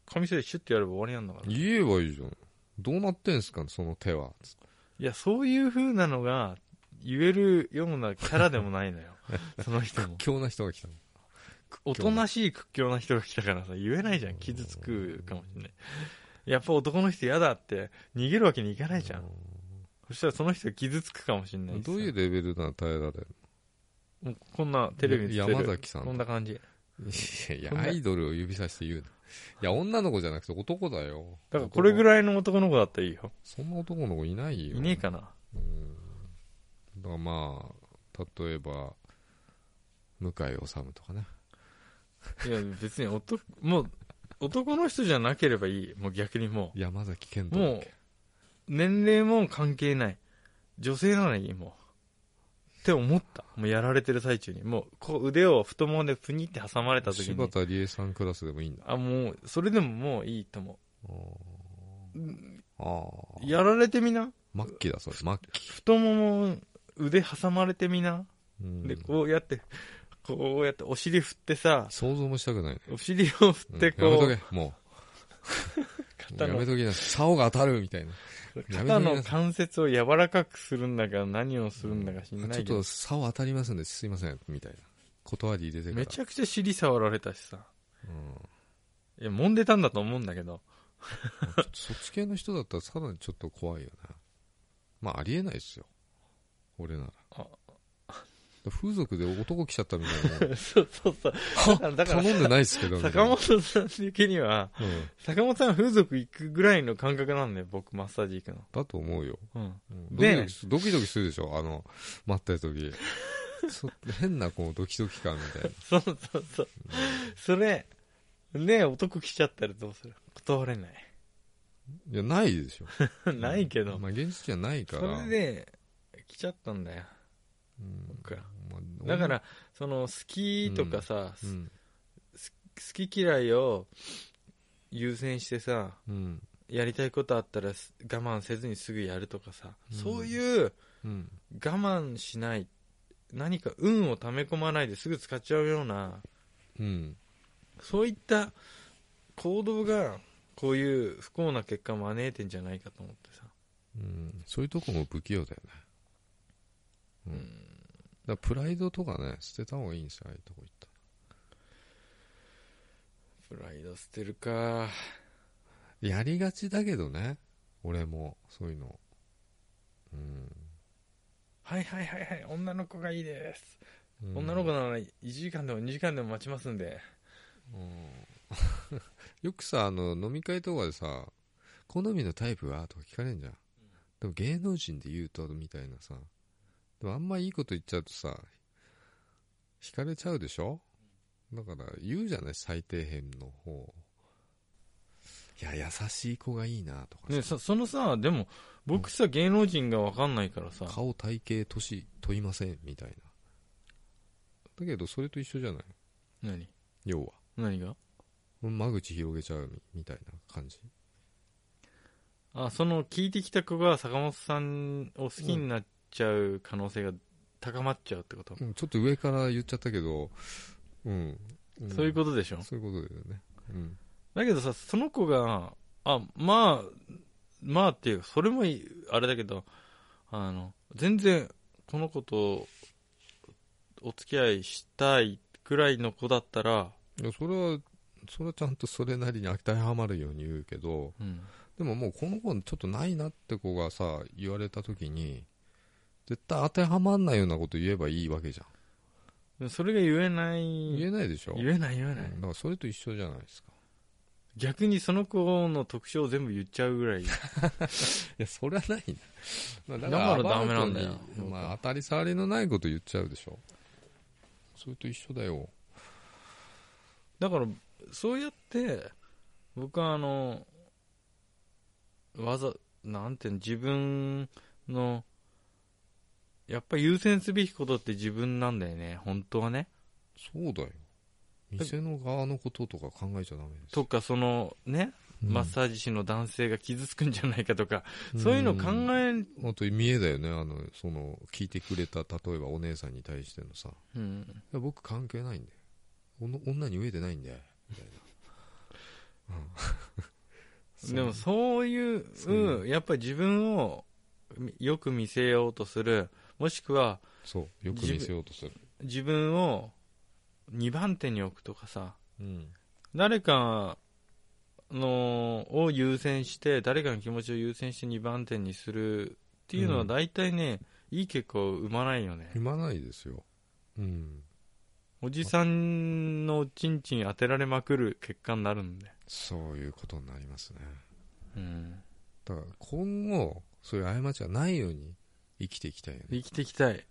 [SPEAKER 1] 紙製でシュッてやれば終わりなんだからい
[SPEAKER 2] 言えばいいじゃん。どうなってんすか、その手は。つって
[SPEAKER 1] やそういう風なのが言えるようなキャラでもない のよその人も
[SPEAKER 2] 強な人が来たの。
[SPEAKER 1] おとなしい屈強な人が来たからさ、言えないじゃん。傷つくかもしれない。やっぱ男の人嫌だって、逃げるわけにいかないじゃん。そしたらその人が傷つくかもしれないしさ
[SPEAKER 2] どういうレベルなら耐えられる
[SPEAKER 1] もうこんなテレビに映ってる
[SPEAKER 2] 山崎さん
[SPEAKER 1] こんな感じ。
[SPEAKER 2] のいや
[SPEAKER 1] そ
[SPEAKER 2] い
[SPEAKER 1] ん
[SPEAKER 2] や、
[SPEAKER 1] な
[SPEAKER 2] アイドルを指さして言うな。いや、女の子じゃなくて男だよ。
[SPEAKER 1] だからこれぐ
[SPEAKER 2] い。
[SPEAKER 1] らいの男の子だったらいいよ。
[SPEAKER 2] そんな男の子いないよ。
[SPEAKER 1] いねえかな。
[SPEAKER 2] だからまあ、例えば、向井治とかね。
[SPEAKER 1] いや、別に男、もう、男の人じゃなければいい。もう逆にも
[SPEAKER 2] 山崎健
[SPEAKER 1] う。
[SPEAKER 2] 太だ
[SPEAKER 1] も
[SPEAKER 2] っ
[SPEAKER 1] う
[SPEAKER 2] け、
[SPEAKER 1] 年齢も関係ない。女性ならいい、もう。って思った。もうやられてる最中に。もう、こう腕を太ももでプニって挟まれた時に。
[SPEAKER 2] 柴田理恵さんクラスでもいいんだ。
[SPEAKER 1] あもうそれでももういいと思
[SPEAKER 2] ああ
[SPEAKER 1] う。やられてみな
[SPEAKER 2] 末期だ、それ。末期。
[SPEAKER 1] 太もも腕挟まれてみな、
[SPEAKER 2] うん
[SPEAKER 1] でこうやってこうやってお尻振ってさ
[SPEAKER 2] 想像もしたくないね。
[SPEAKER 1] お尻を振ってこう、
[SPEAKER 2] うんやめとけ、もう。
[SPEAKER 1] 肩
[SPEAKER 2] やめ
[SPEAKER 1] の
[SPEAKER 2] とけな。竿が当たるみたいな。やめとけ
[SPEAKER 1] 肩の関節を柔らかくするんだか何をするんだか知んな
[SPEAKER 2] ちょ
[SPEAKER 1] い
[SPEAKER 2] っ
[SPEAKER 1] けど
[SPEAKER 2] と、竿当たりますんで、すいません、みたいな。断り入れてから。
[SPEAKER 1] めちゃくちゃ尻触られたしさ
[SPEAKER 2] うん
[SPEAKER 1] いや揉んでたんだと思うんだけど
[SPEAKER 2] ちょっとそっち系の人だったらさらにちょっと怖いよね。まあ、ありえないですよ。俺な
[SPEAKER 1] あ
[SPEAKER 2] ら。風俗で男来ちゃったみたいなもん。
[SPEAKER 1] そうそうそうだから だから
[SPEAKER 2] 頼んでないですけど。みたい
[SPEAKER 1] 坂
[SPEAKER 2] な
[SPEAKER 1] 本さん的には
[SPEAKER 2] うん。
[SPEAKER 1] 坂本さん風俗行くぐらいの感覚なんだよ僕マッサージ行くの
[SPEAKER 2] だと思うよ。
[SPEAKER 1] うん
[SPEAKER 2] うんドキ
[SPEAKER 1] ねえ
[SPEAKER 2] ドキすドキドキするでしょあの、待ってる時。ちょっと変なこうドキドキ感みたいな。
[SPEAKER 1] そうそうそう。それ、ねえ、男来ちゃったらどうする断れない。
[SPEAKER 2] いや、ないでしょ。
[SPEAKER 1] ないけど。
[SPEAKER 2] まあ、現実じゃないか
[SPEAKER 1] そ
[SPEAKER 2] ら。
[SPEAKER 1] れで、来ちゃったんだよ。
[SPEAKER 2] うん
[SPEAKER 1] 僕ら
[SPEAKER 2] まあ
[SPEAKER 1] だから、その、好きとかさ、
[SPEAKER 2] うん。
[SPEAKER 1] 好き嫌いを優先してさ、
[SPEAKER 2] うん。
[SPEAKER 1] やりたいことあったらす我慢せずにすぐやるとかさ、
[SPEAKER 2] うん
[SPEAKER 1] そういう
[SPEAKER 2] うん。
[SPEAKER 1] 我慢しない、何か運を溜め込まないですぐ使っちゃうような、
[SPEAKER 2] うん。
[SPEAKER 1] そういった行動が、こういう不幸な結果を招いてんじゃないかと思ってさ。
[SPEAKER 2] うんそういうとこも不器用だよね。うん。
[SPEAKER 1] うん
[SPEAKER 2] だからプライドとかね、捨てた方がいいんですよ、ああいうとこ行ったら
[SPEAKER 1] プライド捨てるか
[SPEAKER 2] やりがちだけどね、俺も、そういうの。うん
[SPEAKER 1] はいはいはいはい、女の子がいいです。
[SPEAKER 2] うん
[SPEAKER 1] 女の子なら1時間でも2時間でも待ちますんで。
[SPEAKER 2] うんよくさあの飲み会とかでさ「好みのタイプは?」とか聞かれんじゃんでも芸能人で言うとみたいなさでもあんまいいこと言っちゃうとさ惹かれちゃうでしょだから言うじゃない最底辺の方いや優しい子がいいなとかさ、
[SPEAKER 1] ね、そそのさ、でも、僕さ、芸能人がわかんないからさ、
[SPEAKER 2] 顔体型年問いませんみたいなだけどそれと一緒じゃない
[SPEAKER 1] 何
[SPEAKER 2] 要は
[SPEAKER 1] 何が
[SPEAKER 2] 間口広げちゃうみみたいな感じ
[SPEAKER 1] あ、その聞いてきた子が坂本さんを好きになっちゃう可能性が高まっちゃうってこと、
[SPEAKER 2] うんちょっと上から言っちゃったけど、うん。ん
[SPEAKER 1] そういうことでしょ
[SPEAKER 2] そういうことだよね。うん。
[SPEAKER 1] だけどさ、その子が、あ、まあ、まあっていうか、それもいいあれだけど、あの、全然、この子とお付き合いしたいくらいの子だったら、
[SPEAKER 2] いや、それは、それはちゃんとそれなりに当てはまるように言うけど、
[SPEAKER 1] うん、
[SPEAKER 2] でももうこの子ちょっとないなって子がさ、言われた時に、絶対当てはまんないようなこと言えばいいわけじゃん。
[SPEAKER 1] でもそれが言えない。
[SPEAKER 2] 言えないでしょ
[SPEAKER 1] 言えない言えない、
[SPEAKER 2] うんだからそれと一緒じゃないですか。
[SPEAKER 1] 逆にその子の特徴を全部言っちゃうぐらい
[SPEAKER 2] いや、それはないな。
[SPEAKER 1] だからダメなんだよ
[SPEAKER 2] アパートにまあ、当たり障りのないこと言っちゃうでしょ。それと一緒だよ。
[SPEAKER 1] だからそうやって僕はあのわざなんていうの自分のやっぱ優先すべきことって自分なんだよね本当はね
[SPEAKER 2] そうだよ。店の側のこととか考えちゃダメです
[SPEAKER 1] と
[SPEAKER 2] よ。
[SPEAKER 1] かそのね、マッサージ師の男性が傷つくんじゃないかとか、そういうの考
[SPEAKER 2] え。
[SPEAKER 1] え、
[SPEAKER 2] あと、見えだよね。あの、その、聞いてくれた、例えばお姉さんに対してのさ、い
[SPEAKER 1] うん、
[SPEAKER 2] や僕関係ないんで。おの女に飢えてないんで。みたいな。うんそう
[SPEAKER 1] でもそういう
[SPEAKER 2] そう
[SPEAKER 1] やっぱり自分をよく見せようとするもしくは
[SPEAKER 2] そう。よく見せようとする。
[SPEAKER 1] 自分を2番手に置くとかさ
[SPEAKER 2] うん。
[SPEAKER 1] 誰かのを優先して誰かの気持ちを優先して2番手にするっていうの
[SPEAKER 2] う
[SPEAKER 1] は
[SPEAKER 2] ん
[SPEAKER 1] 大体ね、いい結果を生まないよね
[SPEAKER 2] 言わないですよ。うん。
[SPEAKER 1] おじさんのちんちん当てられまくる結果になるんで、
[SPEAKER 2] そういうことになりますね。
[SPEAKER 1] うん、
[SPEAKER 2] だから、今後、そういう過ちはないように生きていきたいよね。
[SPEAKER 1] 生きていきたい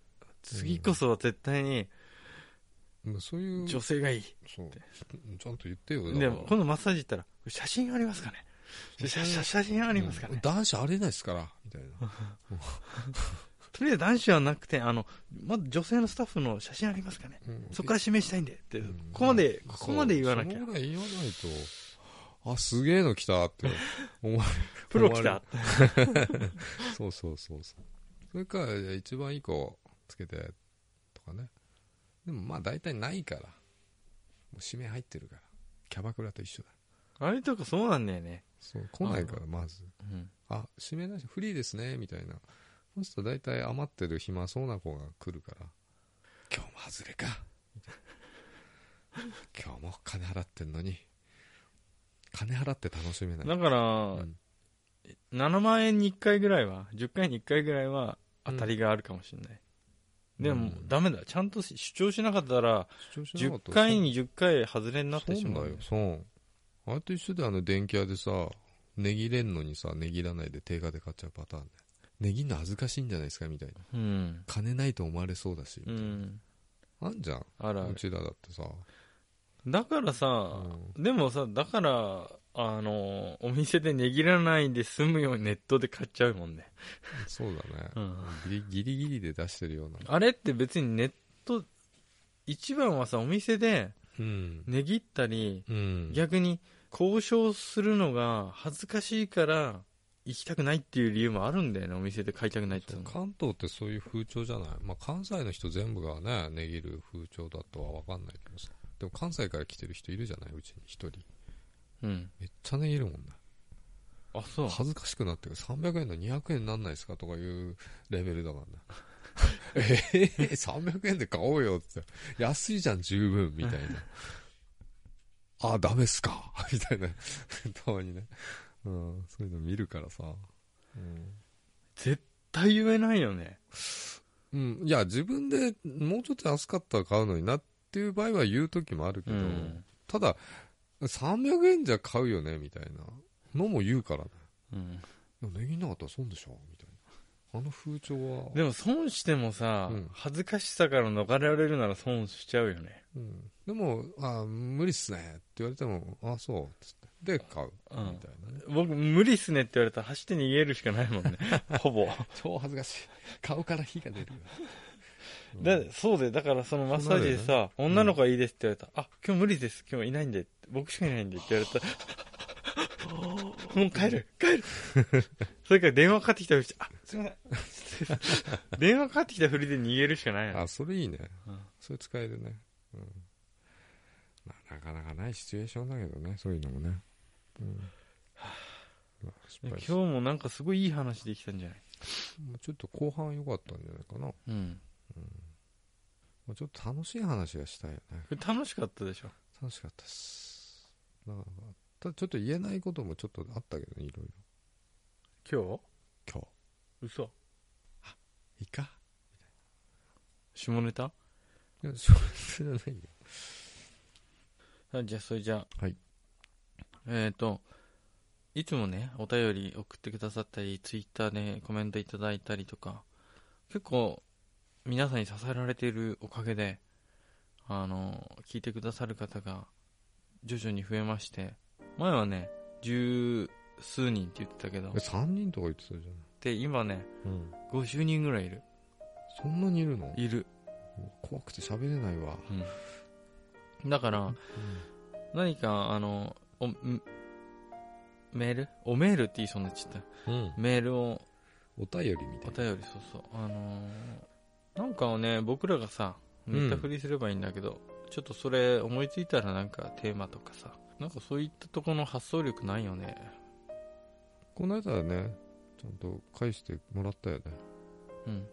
[SPEAKER 1] 次こそは絶対に
[SPEAKER 2] もうそういう、
[SPEAKER 1] 女性がいい、
[SPEAKER 2] そう。ちゃんと言ってよ。だから
[SPEAKER 1] でも今度マッサージ行ったら写真ありますかね写写写真ありますかね、
[SPEAKER 2] 男子ありえないですから、みたいな。
[SPEAKER 1] とりあえず男子はなくてあのまず女性のスタッフの写真ありますかねそこからら指名したいんでって、
[SPEAKER 2] うん
[SPEAKER 1] ここまで、ここまで言わなきゃ
[SPEAKER 2] そ。のぐらい言わないと、あ、すげえの来たって 思われる。
[SPEAKER 1] プロ来た。
[SPEAKER 2] そうそうそうそう。それから、じゃあ一番いい子つけて、とかね。でもまあ大体ないから。もう指名入ってるから。キャバクラと一緒だ。
[SPEAKER 1] あれとかそうなんだよね。
[SPEAKER 2] そう、来ないから、まず。
[SPEAKER 1] うん。
[SPEAKER 2] あ、指名なし、フリーですね、みたいな。そうすると大体余ってる暇そうな子が来るから、今日も外れか。 今日も金払ってんのに、金払って楽しめない。
[SPEAKER 1] だから、
[SPEAKER 2] うん
[SPEAKER 1] 7万円に1回ぐらいは、10回に1回ぐらいは当たりがあるかもしれない。でも、
[SPEAKER 2] うん
[SPEAKER 1] ダメだ。ちゃんと主張しなかったら、
[SPEAKER 2] 主張しなか
[SPEAKER 1] 10
[SPEAKER 2] った
[SPEAKER 1] 回に10回外れになってしまう。
[SPEAKER 2] そうだよ、そう。あれと一緒であの電気屋でさ、値切れんのにさ、値切らないで定価で買っちゃうパターンで。値切んの恥ずかしいんじゃないですかみたいな。
[SPEAKER 1] うん。
[SPEAKER 2] 金ないと思われそうだし。
[SPEAKER 1] うん。
[SPEAKER 2] あんじゃん。
[SPEAKER 1] あらあ
[SPEAKER 2] う
[SPEAKER 1] る。
[SPEAKER 2] ちらだってさ。
[SPEAKER 1] だから
[SPEAKER 2] う
[SPEAKER 1] さ、
[SPEAKER 2] ん
[SPEAKER 1] でもさ、だから、あの、お店で値切らないで済むようにネットで買っちゃうもんね。
[SPEAKER 2] そうだね。
[SPEAKER 1] うん。
[SPEAKER 2] ギリギリギリで出してるような。
[SPEAKER 1] あれって別にネット、一番はさ、お店で
[SPEAKER 2] うん。
[SPEAKER 1] 値切ったり、
[SPEAKER 2] うん。
[SPEAKER 1] 逆に交渉するのが恥ずかしいから、行きたくないっていう理由もあるんだよね、お店で買いたくないって
[SPEAKER 2] そう
[SPEAKER 1] のは
[SPEAKER 2] 関東ってそういう風潮じゃない、まあ、関西の人全部がね、値切る風潮だとは分かんないけどさ、でも関西から来てる人いるじゃないうちに一人、
[SPEAKER 1] うん。
[SPEAKER 2] めっちゃ値切るもんね、
[SPEAKER 1] あ、そう。
[SPEAKER 2] 恥ずかしくなってる、300円の200円になんないですかとかいうレベル だからね、ええ300円で買おうよって、安いじゃん、十分みたいな、あ、ダメっすかみたいな、たまにね、うん、そういうの見るからさ、うん、
[SPEAKER 1] 絶対言えないよね。
[SPEAKER 2] うん、いや自分でもうちょっと安かったら買うのになっていう場合は言う時もあるけど、
[SPEAKER 1] うん。
[SPEAKER 2] ただ300円じゃ買うよねみたいなのも言うからね
[SPEAKER 1] うん、
[SPEAKER 2] でも値切んなかったら損でしょみたいなあの風潮は
[SPEAKER 1] でも損してもさ、
[SPEAKER 2] うん
[SPEAKER 1] 恥ずかしさから逃れられるなら損しちゃうよね。
[SPEAKER 2] うん、でもあ無理っすねって言われてもあそうっつってで買う
[SPEAKER 1] うん
[SPEAKER 2] みたいなね、
[SPEAKER 1] 僕、無理っすねって言われたら走って逃げるしかないもん ね。ほぼ。
[SPEAKER 2] 超恥ずかしい顔から火が出るよ、
[SPEAKER 1] だそうで、だからそのマッサージで
[SPEAKER 2] そうな
[SPEAKER 1] さ、女の子がいいですって言われたら、あ、今日無理です、今日いないんで、僕しかいないんでって言われた ら、もう帰る、帰る。それから電話かかってきたふりして、あ、すいませ ん。電話かかってきたふりで逃げるしかないの。
[SPEAKER 2] あそれいいね、
[SPEAKER 1] うん
[SPEAKER 2] それ使えるね、うんまあ、なかなかないシチュエーションだけどねそういうのもね、うんまあ、失
[SPEAKER 1] 今
[SPEAKER 2] 敗
[SPEAKER 1] 日
[SPEAKER 2] したも
[SPEAKER 1] もなんかすごいいい話できたんじゃないう
[SPEAKER 2] ちょっと後半良かったんじゃないかな、ま
[SPEAKER 1] うん。
[SPEAKER 2] あ、ちょっと楽しい話がしたいよね
[SPEAKER 1] これ楽しかったでしょ。
[SPEAKER 2] 楽しかったですなかなかただちょっと言えないこともちょっとあったけどねいろいろ
[SPEAKER 1] 今
[SPEAKER 2] 今日
[SPEAKER 1] 日嘘。
[SPEAKER 2] いいか
[SPEAKER 1] 下ネタ
[SPEAKER 2] いやそれじゃないよ
[SPEAKER 1] あじゃあ、それじゃあ。
[SPEAKER 2] はい。
[SPEAKER 1] えっ、と、いつもね、お便り送ってくださったり、ツイッターでコメントいただいたりとか、結構、皆さんに支えられているおかげで、あの、聞いてくださる方が、徐々に増えまして、前はね、十数人って言ってたけど、
[SPEAKER 2] 3人とか言ってたじ
[SPEAKER 1] で、今ね、
[SPEAKER 2] ゃん、うん、
[SPEAKER 1] 50人ぐらいいる。
[SPEAKER 2] そんなにいるの
[SPEAKER 1] いる。
[SPEAKER 2] 怖くて喋れないわ、
[SPEAKER 1] うん。だから、
[SPEAKER 2] うん
[SPEAKER 1] 何か、あの、お、んメールおメールって言いそうになっちゃった。メールを、
[SPEAKER 2] お便りみた
[SPEAKER 1] お
[SPEAKER 2] いな
[SPEAKER 1] 便り、そうそう。あのーなんかをね、僕らがさ、ネタ振りすればいいんだけど、ちょっとそれ思いついたらなんかテーマとかさ、なんかそういったとこの発想力ないよね。
[SPEAKER 2] この間はねちゃんと返してもらったよね
[SPEAKER 1] うん。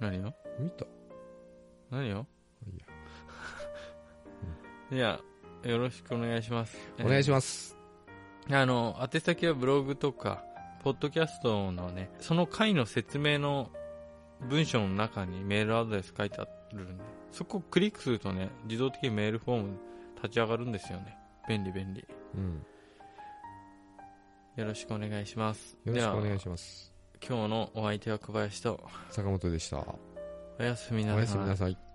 [SPEAKER 1] 何よ
[SPEAKER 2] 見た
[SPEAKER 1] 何よ
[SPEAKER 2] いいや
[SPEAKER 1] いや、よろしくお願いします。
[SPEAKER 2] お願いし
[SPEAKER 1] ま
[SPEAKER 2] ます、
[SPEAKER 1] す。あの、宛先はブログとか、ポッドキャストのね、その回の説明の文章の中にメールアドレス書いてあるんで、そこをクリックするとね、自動的にメールフォーム立ち上がるんですよね。便利便利。
[SPEAKER 2] うん、
[SPEAKER 1] よろしくお願いします。
[SPEAKER 2] よろしくお願い
[SPEAKER 1] で
[SPEAKER 2] します
[SPEAKER 1] は今日のお相手は小林と、
[SPEAKER 2] 坂本でした
[SPEAKER 1] おやすみな
[SPEAKER 2] お
[SPEAKER 1] さ
[SPEAKER 2] やすみ
[SPEAKER 1] い
[SPEAKER 2] な。さい